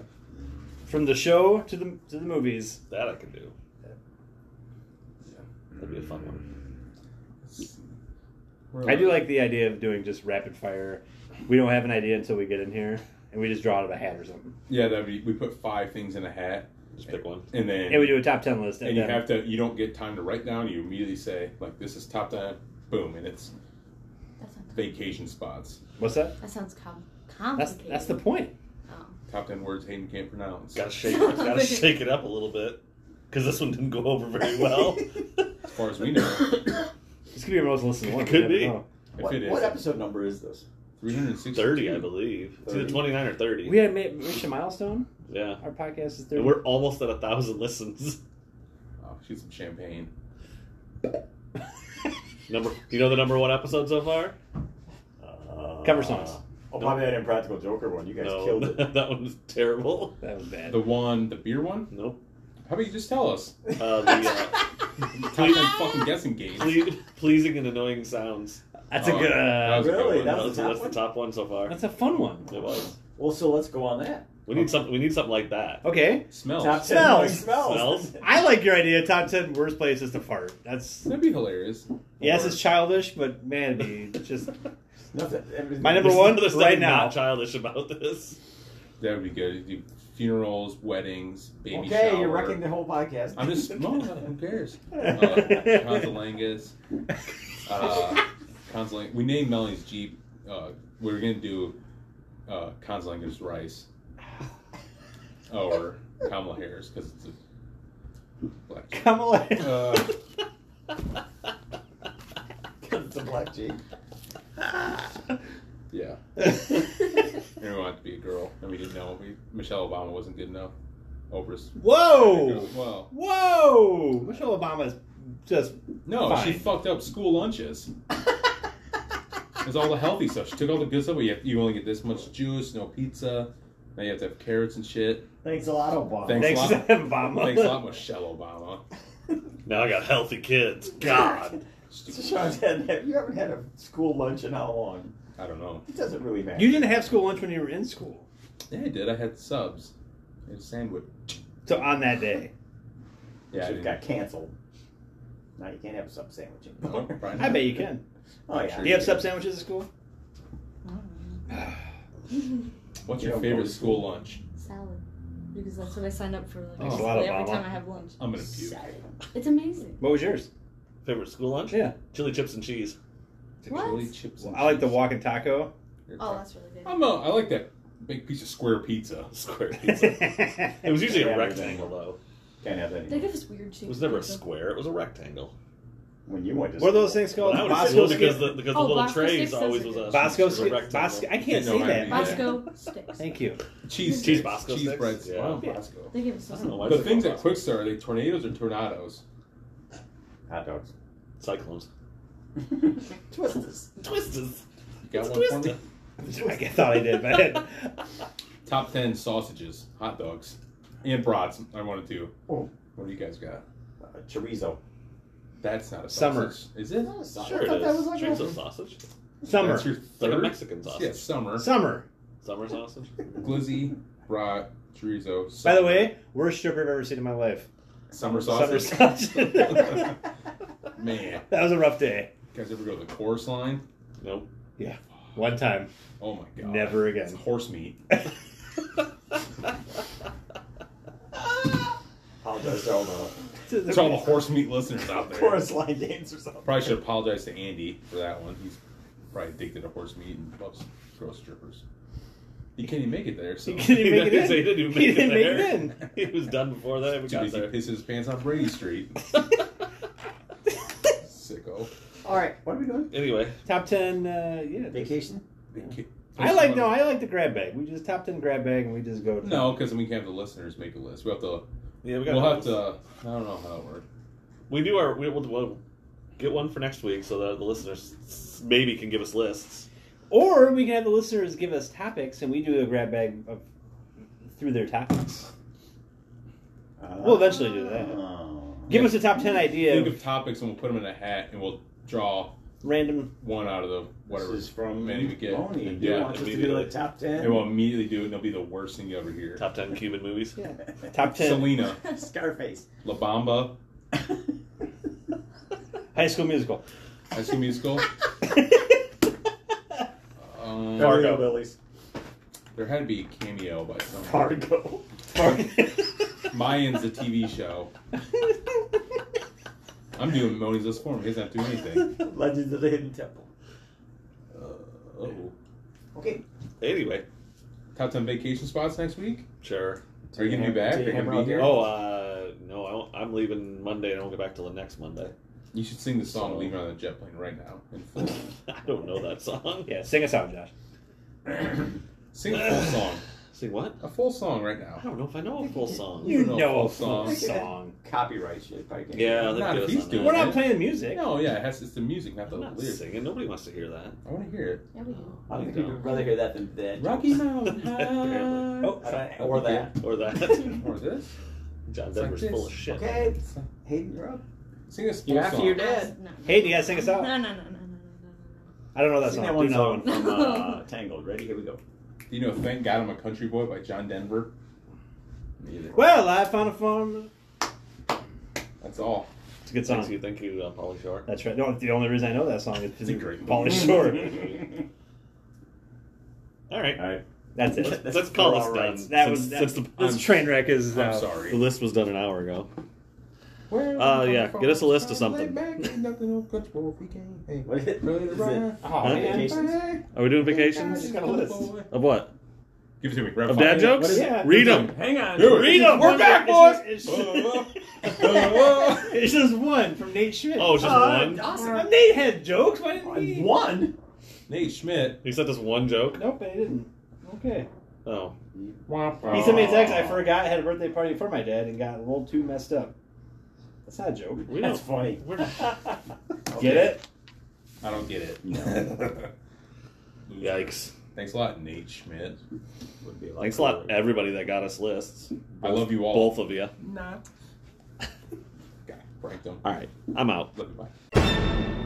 [SPEAKER 1] From the show to the to the movies.
[SPEAKER 3] that I can do. That'd be a fun one.
[SPEAKER 1] I do like the idea of doing just rapid fire. We don't have an idea until we get in here, and we just draw out of a hat or something.
[SPEAKER 2] Yeah, that'd be, we put five things in a hat
[SPEAKER 3] Just pick one.
[SPEAKER 2] and then.
[SPEAKER 1] And we do a top ten list.
[SPEAKER 2] and you
[SPEAKER 1] then-
[SPEAKER 2] have to you don't get time to write down you immediately say like this is top 10 boom and it's
[SPEAKER 8] That sounds,
[SPEAKER 2] vacation spots
[SPEAKER 1] what's that?
[SPEAKER 8] that sounds com-
[SPEAKER 1] That's
[SPEAKER 8] complicated.
[SPEAKER 1] that's the point.
[SPEAKER 8] Oh.
[SPEAKER 2] top 10 words hayden can't pronounce
[SPEAKER 3] Gotta shake, it. gotta shake it up a little bit, because this one didn't go over very well.
[SPEAKER 2] as far as we know
[SPEAKER 1] This could be our most listened one.
[SPEAKER 3] It
[SPEAKER 1] we
[SPEAKER 3] could
[SPEAKER 1] never
[SPEAKER 3] be.
[SPEAKER 1] know.
[SPEAKER 2] if
[SPEAKER 7] What,
[SPEAKER 2] it
[SPEAKER 7] what
[SPEAKER 2] is
[SPEAKER 7] episode number is this?
[SPEAKER 2] 360
[SPEAKER 3] Thirty, I believe. It's either twenty-nine or thirty.
[SPEAKER 1] We had made reached a milestone.
[SPEAKER 3] yeah,
[SPEAKER 1] Our podcast is
[SPEAKER 3] and
[SPEAKER 1] thirty.
[SPEAKER 3] we're almost at a thousand listens.
[SPEAKER 2] oh, shoot some champagne
[SPEAKER 3] Number, you know the number one episode so far?
[SPEAKER 7] Uh,
[SPEAKER 1] Cover songs.
[SPEAKER 7] Oh, probably that Impractical Joker one. You guys killed it.
[SPEAKER 3] that one was terrible.
[SPEAKER 1] That was bad.
[SPEAKER 2] the one the beer one
[SPEAKER 3] Nope.
[SPEAKER 2] how about you just tell us
[SPEAKER 3] Uh, the uh,
[SPEAKER 2] top 10 fucking guessing games
[SPEAKER 3] ple- pleasing and annoying sounds.
[SPEAKER 1] That's a
[SPEAKER 2] Oh,
[SPEAKER 1] good.
[SPEAKER 2] that
[SPEAKER 1] Uh,
[SPEAKER 2] was a good
[SPEAKER 7] Really?
[SPEAKER 2] one.
[SPEAKER 7] That
[SPEAKER 3] That
[SPEAKER 7] was
[SPEAKER 3] was,
[SPEAKER 7] the top
[SPEAKER 3] that's the
[SPEAKER 7] one?
[SPEAKER 3] top one so far.
[SPEAKER 1] that's a fun one.
[SPEAKER 3] It was.
[SPEAKER 7] Well, so let's go on that.
[SPEAKER 3] We need something. We need something like that.
[SPEAKER 1] Okay,
[SPEAKER 2] smells
[SPEAKER 7] Top ten
[SPEAKER 1] Smells.
[SPEAKER 7] annoying smells.
[SPEAKER 3] Smells.
[SPEAKER 1] I like your idea. Top ten worst places to fart. That's
[SPEAKER 2] that'd be hilarious
[SPEAKER 1] yes,
[SPEAKER 2] Or-
[SPEAKER 1] it's childish, but man, it'd be just
[SPEAKER 7] Nothing.
[SPEAKER 1] My number
[SPEAKER 3] There's-
[SPEAKER 1] one,
[SPEAKER 3] there's
[SPEAKER 1] right
[SPEAKER 3] nothing
[SPEAKER 1] now.
[SPEAKER 3] not childish about this.
[SPEAKER 2] that would be good you do funerals weddings baby
[SPEAKER 7] okay,
[SPEAKER 2] shower
[SPEAKER 7] you're wrecking the whole podcast.
[SPEAKER 2] I'm just no. Who cares? Uh, Consolangas. Uh, Consolang- we named Melanie's Jeep. Uh, we were gonna do uh, Consolangas Rice or Kamala Harris because it's a black. chick.
[SPEAKER 1] Kamala.
[SPEAKER 2] Uh,
[SPEAKER 7] it's a black G.
[SPEAKER 2] yeah, and we wanted to be a girl, and we didn't know. We, Michelle Obama wasn't good enough. Oprah's.
[SPEAKER 1] Whoa!
[SPEAKER 2] Well,
[SPEAKER 1] Whoa! Michelle Obama's just
[SPEAKER 2] no, she
[SPEAKER 1] Fine.
[SPEAKER 2] fucked up school lunches. It's all the healthy stuff. She took all the good stuff. But you, have, you only get this much juice, no pizza. Now you have to have carrots and shit.
[SPEAKER 7] Thanks a lot, Obama.
[SPEAKER 2] Thanks.
[SPEAKER 1] thanks
[SPEAKER 2] a lot.
[SPEAKER 1] to Obama.
[SPEAKER 2] Thanks a lot, Michelle Obama.
[SPEAKER 3] Now I got healthy kids. God.
[SPEAKER 7] So
[SPEAKER 2] Stupid.
[SPEAKER 7] Sean, Ted, have you haven't had a school lunch in how long?
[SPEAKER 2] I don't know.
[SPEAKER 7] It doesn't really matter.
[SPEAKER 1] You didn't have school lunch when you were in school,
[SPEAKER 2] Yeah, I did. I had subs. I had a sandwich.
[SPEAKER 1] so on that day,
[SPEAKER 2] Yeah, I
[SPEAKER 7] Should've got
[SPEAKER 2] didn't.
[SPEAKER 7] canceled. Now you can't have a sub sandwich
[SPEAKER 2] No,
[SPEAKER 7] anymore.
[SPEAKER 2] probably
[SPEAKER 1] I
[SPEAKER 2] not.
[SPEAKER 1] bet you can.
[SPEAKER 7] Oh
[SPEAKER 2] Sure
[SPEAKER 7] yeah.
[SPEAKER 1] Do you have sub sandwiches at school?
[SPEAKER 2] What's
[SPEAKER 7] You don't
[SPEAKER 2] your
[SPEAKER 7] go
[SPEAKER 2] favorite
[SPEAKER 7] to
[SPEAKER 2] school lunch?
[SPEAKER 8] Salad. Because that's what I sign up for like,
[SPEAKER 1] Thanks a
[SPEAKER 8] basically
[SPEAKER 1] lot,
[SPEAKER 8] every
[SPEAKER 1] Oh, Obama.
[SPEAKER 8] time I have lunch.
[SPEAKER 2] I'm gonna puke.
[SPEAKER 8] It's amazing.
[SPEAKER 1] What was yours?
[SPEAKER 3] Favorite school lunch?
[SPEAKER 1] Yeah,
[SPEAKER 3] Chili chips and cheese.
[SPEAKER 2] The
[SPEAKER 8] What?
[SPEAKER 2] chili chips. and
[SPEAKER 1] I like the
[SPEAKER 2] cheese.
[SPEAKER 1] walking taco.
[SPEAKER 8] Oh, that's really good.
[SPEAKER 2] I'm a, I like that big piece of square pizza.
[SPEAKER 3] Square pizza. It was usually a rectangle, though.
[SPEAKER 7] Can't have
[SPEAKER 8] They
[SPEAKER 7] any.
[SPEAKER 8] give us weird shapes.
[SPEAKER 3] It was never a square. It was a rectangle.
[SPEAKER 7] When you went to
[SPEAKER 1] What are those things
[SPEAKER 3] Well,
[SPEAKER 1] called?
[SPEAKER 3] I would
[SPEAKER 1] Oh, Bosco
[SPEAKER 3] assume because
[SPEAKER 1] sticks.
[SPEAKER 3] the, because the
[SPEAKER 8] Oh,
[SPEAKER 3] little
[SPEAKER 8] Bosco
[SPEAKER 3] trays
[SPEAKER 8] sticks
[SPEAKER 3] always
[SPEAKER 8] does
[SPEAKER 3] was
[SPEAKER 8] it.
[SPEAKER 3] a
[SPEAKER 1] Bosco
[SPEAKER 3] was a
[SPEAKER 1] sticks.
[SPEAKER 3] rectangle.
[SPEAKER 1] Bosco. I can't
[SPEAKER 2] No,
[SPEAKER 1] say
[SPEAKER 2] I
[SPEAKER 1] that.
[SPEAKER 2] mean-
[SPEAKER 8] Bosco sticks.
[SPEAKER 1] Thank you.
[SPEAKER 2] Cheese,
[SPEAKER 3] Cheese
[SPEAKER 2] sticks,
[SPEAKER 3] Bosco
[SPEAKER 2] cheese
[SPEAKER 3] sticks?
[SPEAKER 2] breads.
[SPEAKER 3] Yeah.
[SPEAKER 2] Wow.
[SPEAKER 8] They give us.
[SPEAKER 3] I don't know
[SPEAKER 8] Those.
[SPEAKER 3] why
[SPEAKER 2] The
[SPEAKER 3] they
[SPEAKER 2] things
[SPEAKER 3] call
[SPEAKER 2] at
[SPEAKER 3] Bosco
[SPEAKER 2] Quick Start are they tornadoes or tornadoes?
[SPEAKER 7] hot dogs.
[SPEAKER 3] Cyclones.
[SPEAKER 7] Twisters.
[SPEAKER 3] Twisters.
[SPEAKER 2] You got
[SPEAKER 3] It's
[SPEAKER 2] one for me?
[SPEAKER 3] twisted.
[SPEAKER 1] I thought I did, but
[SPEAKER 2] Top ten sausages, hot dogs, and brats. I wanted to.
[SPEAKER 7] Oh.
[SPEAKER 2] What do you guys got?
[SPEAKER 7] Uh, chorizo.
[SPEAKER 2] That's not a
[SPEAKER 1] Summer.
[SPEAKER 2] sausage. Is it?
[SPEAKER 3] Sure it is. Chorizo sausage.
[SPEAKER 1] summer,
[SPEAKER 2] That's your
[SPEAKER 3] It's like a
[SPEAKER 2] third.
[SPEAKER 3] Mexican sausage.
[SPEAKER 2] Yeah, summer.
[SPEAKER 1] summer.
[SPEAKER 3] Summer sausage.
[SPEAKER 2] Glizzy, brat, chorizo.
[SPEAKER 1] By
[SPEAKER 2] Summer.
[SPEAKER 1] the way, worst stripper I've ever seen in my life.
[SPEAKER 2] summer
[SPEAKER 1] Summer
[SPEAKER 2] sausage.
[SPEAKER 1] sausage. that
[SPEAKER 2] Man,
[SPEAKER 1] was a rough day.
[SPEAKER 2] you guys ever go to the chorus line?
[SPEAKER 3] Nope.
[SPEAKER 1] One time,
[SPEAKER 2] Oh my god.
[SPEAKER 1] never
[SPEAKER 2] It's
[SPEAKER 1] again.
[SPEAKER 2] horse meat.
[SPEAKER 7] Apologize to all the
[SPEAKER 2] It's all the horse meat listeners out there.
[SPEAKER 7] chorus line dancers. out
[SPEAKER 2] Probably should apologize to Andy for that one. He's probably addicted to horse meat and loves gross strippers. He can't even make it there, so
[SPEAKER 1] He
[SPEAKER 2] too
[SPEAKER 1] didn't even make it in.
[SPEAKER 3] He didn't even
[SPEAKER 1] He
[SPEAKER 3] make it
[SPEAKER 1] didn't
[SPEAKER 3] there.
[SPEAKER 1] make it in.
[SPEAKER 3] he was done before that. We got
[SPEAKER 2] busy
[SPEAKER 3] there.
[SPEAKER 2] pissing his pants on Brady Street. Sicko.
[SPEAKER 1] All right.
[SPEAKER 7] What are we doing?
[SPEAKER 3] Anyway,
[SPEAKER 1] Top ten. Uh, yeah.
[SPEAKER 7] Vacation.
[SPEAKER 2] They ki-
[SPEAKER 1] I like no. I like the grab bag. We just top ten grab bag, and we just go. To
[SPEAKER 2] No, because we can have the listeners make a list. We have to.
[SPEAKER 3] yeah, we got.
[SPEAKER 2] We'll have to. I don't know how that works.
[SPEAKER 3] We do our. We, we'll, we'll get one for next week so that the listeners maybe can give us lists.
[SPEAKER 1] Or we can have the listeners give us topics, and we do a grab bag of, through their topics. We'll eventually do that.
[SPEAKER 4] Oh.
[SPEAKER 1] Give us a top ten idea
[SPEAKER 2] Think
[SPEAKER 1] of
[SPEAKER 2] of topics and we'll put them in a hat and we'll draw
[SPEAKER 1] random.
[SPEAKER 2] one out of the whatever.
[SPEAKER 4] This is from
[SPEAKER 2] many we get.
[SPEAKER 4] Boney. You
[SPEAKER 2] Yeah,
[SPEAKER 4] want us to be
[SPEAKER 3] immediately.
[SPEAKER 4] like top ten?
[SPEAKER 2] And we'll immediately do it and it'll be the worst thing you ever hear.
[SPEAKER 3] Top ten Cuban movies.
[SPEAKER 1] Yeah. Top ten
[SPEAKER 2] Selena,
[SPEAKER 4] Scarface.
[SPEAKER 2] La Bamba,
[SPEAKER 1] High School Musical.
[SPEAKER 2] High School Musical. Um,
[SPEAKER 3] Fargo.
[SPEAKER 7] Billies.
[SPEAKER 2] There had to be a cameo by someone.
[SPEAKER 7] Fargo.
[SPEAKER 2] Mayans, the TV show. I'm doing Moni's List Form. You guys don't do anything.
[SPEAKER 4] Legends of the Hidden Temple.
[SPEAKER 2] Uh, oh.
[SPEAKER 4] Okay.
[SPEAKER 3] Anyway,
[SPEAKER 2] Top 10 vacation spots next week?
[SPEAKER 3] sure.
[SPEAKER 2] Are you going to be back? Are you going to be here?
[SPEAKER 3] Oh, uh, no, I won't- I'm leaving Monday. and I won't get back till the next Monday.
[SPEAKER 2] You should sing the song Leaving on the Jet Plane right now. In full.
[SPEAKER 3] I don't know that song.
[SPEAKER 1] yeah, sing us out, Josh.
[SPEAKER 4] Oh.
[SPEAKER 2] Sing a full song.
[SPEAKER 3] See what?
[SPEAKER 2] A full song right
[SPEAKER 3] I
[SPEAKER 2] now.
[SPEAKER 3] don't know if I know a full song.
[SPEAKER 2] You know
[SPEAKER 1] a
[SPEAKER 2] a full
[SPEAKER 1] full
[SPEAKER 2] song.
[SPEAKER 1] song.
[SPEAKER 4] Copyright shit. Probably can't-
[SPEAKER 3] Yeah,
[SPEAKER 2] Not
[SPEAKER 3] they're
[SPEAKER 2] if
[SPEAKER 3] good.
[SPEAKER 2] he's
[SPEAKER 3] on
[SPEAKER 2] doing
[SPEAKER 3] that.
[SPEAKER 1] We're not playing music.
[SPEAKER 2] No, yeah, it has, it's the music, not the
[SPEAKER 3] I'm not
[SPEAKER 2] lyrics.
[SPEAKER 3] singing. Nobody wants to hear that.
[SPEAKER 2] I want to hear it.
[SPEAKER 8] Yeah, we do.
[SPEAKER 4] I don't
[SPEAKER 3] You
[SPEAKER 4] think people
[SPEAKER 3] don't.
[SPEAKER 4] would rather hear that than that.
[SPEAKER 2] Rocky Mountain
[SPEAKER 3] Apparently.
[SPEAKER 1] Oh,
[SPEAKER 4] I don't- Or that.
[SPEAKER 3] Or that.
[SPEAKER 2] Or this.
[SPEAKER 3] John
[SPEAKER 2] It's like
[SPEAKER 3] Denver's
[SPEAKER 2] this.
[SPEAKER 3] full of shit.
[SPEAKER 4] Okay. Hayden, you're up.
[SPEAKER 2] Sing us full
[SPEAKER 4] You're after
[SPEAKER 2] song.
[SPEAKER 4] your dad.
[SPEAKER 8] No, no,
[SPEAKER 1] Hey, do you guys sing us
[SPEAKER 8] no,
[SPEAKER 1] out?
[SPEAKER 8] no, no, no, no, no, no,
[SPEAKER 1] I don't know that song.
[SPEAKER 4] Sing that
[SPEAKER 1] Do
[SPEAKER 4] one
[SPEAKER 1] another one.
[SPEAKER 4] song from uh, Tangled. Ready? Here we go.
[SPEAKER 2] Do you know Thank God I'm a Country Boy by John Denver? Neither.
[SPEAKER 1] Well, I found a farm.
[SPEAKER 2] That's all.
[SPEAKER 1] It's a good
[SPEAKER 3] Thank
[SPEAKER 1] song.
[SPEAKER 3] you, thank you, uh, Polly Shore.
[SPEAKER 1] That's right. No, the only reason I know that song is
[SPEAKER 2] It's
[SPEAKER 1] because
[SPEAKER 2] a
[SPEAKER 1] of
[SPEAKER 2] great
[SPEAKER 1] Pauly
[SPEAKER 2] movie.
[SPEAKER 1] Shore.
[SPEAKER 3] All right.
[SPEAKER 7] All right.
[SPEAKER 1] That's it.
[SPEAKER 3] Let's, let's call this
[SPEAKER 7] All
[SPEAKER 3] done.
[SPEAKER 7] right.
[SPEAKER 1] That
[SPEAKER 3] Since-
[SPEAKER 1] was that,
[SPEAKER 3] since the-
[SPEAKER 1] this
[SPEAKER 2] I'm-
[SPEAKER 1] train wreck is.
[SPEAKER 2] I'm
[SPEAKER 1] out.
[SPEAKER 2] sorry.
[SPEAKER 3] the list was done an hour ago.
[SPEAKER 2] Well,
[SPEAKER 3] Uh,
[SPEAKER 2] I'm
[SPEAKER 3] yeah,
[SPEAKER 2] from
[SPEAKER 3] get us a list of
[SPEAKER 2] Friday
[SPEAKER 3] something.
[SPEAKER 2] back, ain't nothing on Country Boy we can't hang.
[SPEAKER 4] What is it?
[SPEAKER 2] Really
[SPEAKER 4] Is
[SPEAKER 2] right?
[SPEAKER 4] it-
[SPEAKER 1] Oh,
[SPEAKER 3] Huh?
[SPEAKER 1] man.
[SPEAKER 4] Vacations?
[SPEAKER 3] Are we doing vacations?
[SPEAKER 1] Just got a list.
[SPEAKER 3] Of what?
[SPEAKER 2] Give it to me. Grab
[SPEAKER 3] Of dad jokes?
[SPEAKER 1] What is it?
[SPEAKER 3] Read them.
[SPEAKER 2] Hang on.
[SPEAKER 3] Read 'em.
[SPEAKER 2] We're back, boys.
[SPEAKER 1] It's
[SPEAKER 2] Uh,
[SPEAKER 1] just,
[SPEAKER 2] uh,
[SPEAKER 1] it's just one from Nate Schmidt.
[SPEAKER 3] Oh, it's just one.
[SPEAKER 1] awesome. Nate had jokes. Why didn't he?
[SPEAKER 7] One.
[SPEAKER 2] Nate Schmidt.
[SPEAKER 3] He sent us one joke.
[SPEAKER 1] Nope, I didn't. Okay.
[SPEAKER 3] Oh,
[SPEAKER 1] He sent me a text. I forgot I had a birthday party for my dad and got a little too messed up. That's not a joke.
[SPEAKER 3] we
[SPEAKER 7] That's
[SPEAKER 3] don't.
[SPEAKER 7] funny.
[SPEAKER 3] We're,
[SPEAKER 1] Get it?
[SPEAKER 2] I don't get it.
[SPEAKER 3] yikes!
[SPEAKER 2] Thanks a lot, Nate Schmidt.
[SPEAKER 4] Would be
[SPEAKER 3] Thanks a lot, everybody that got us lists.
[SPEAKER 2] I love you all.
[SPEAKER 3] Both of you.
[SPEAKER 2] Nah. God, pranked him.
[SPEAKER 3] All right, I'm out.
[SPEAKER 2] Love you, bye.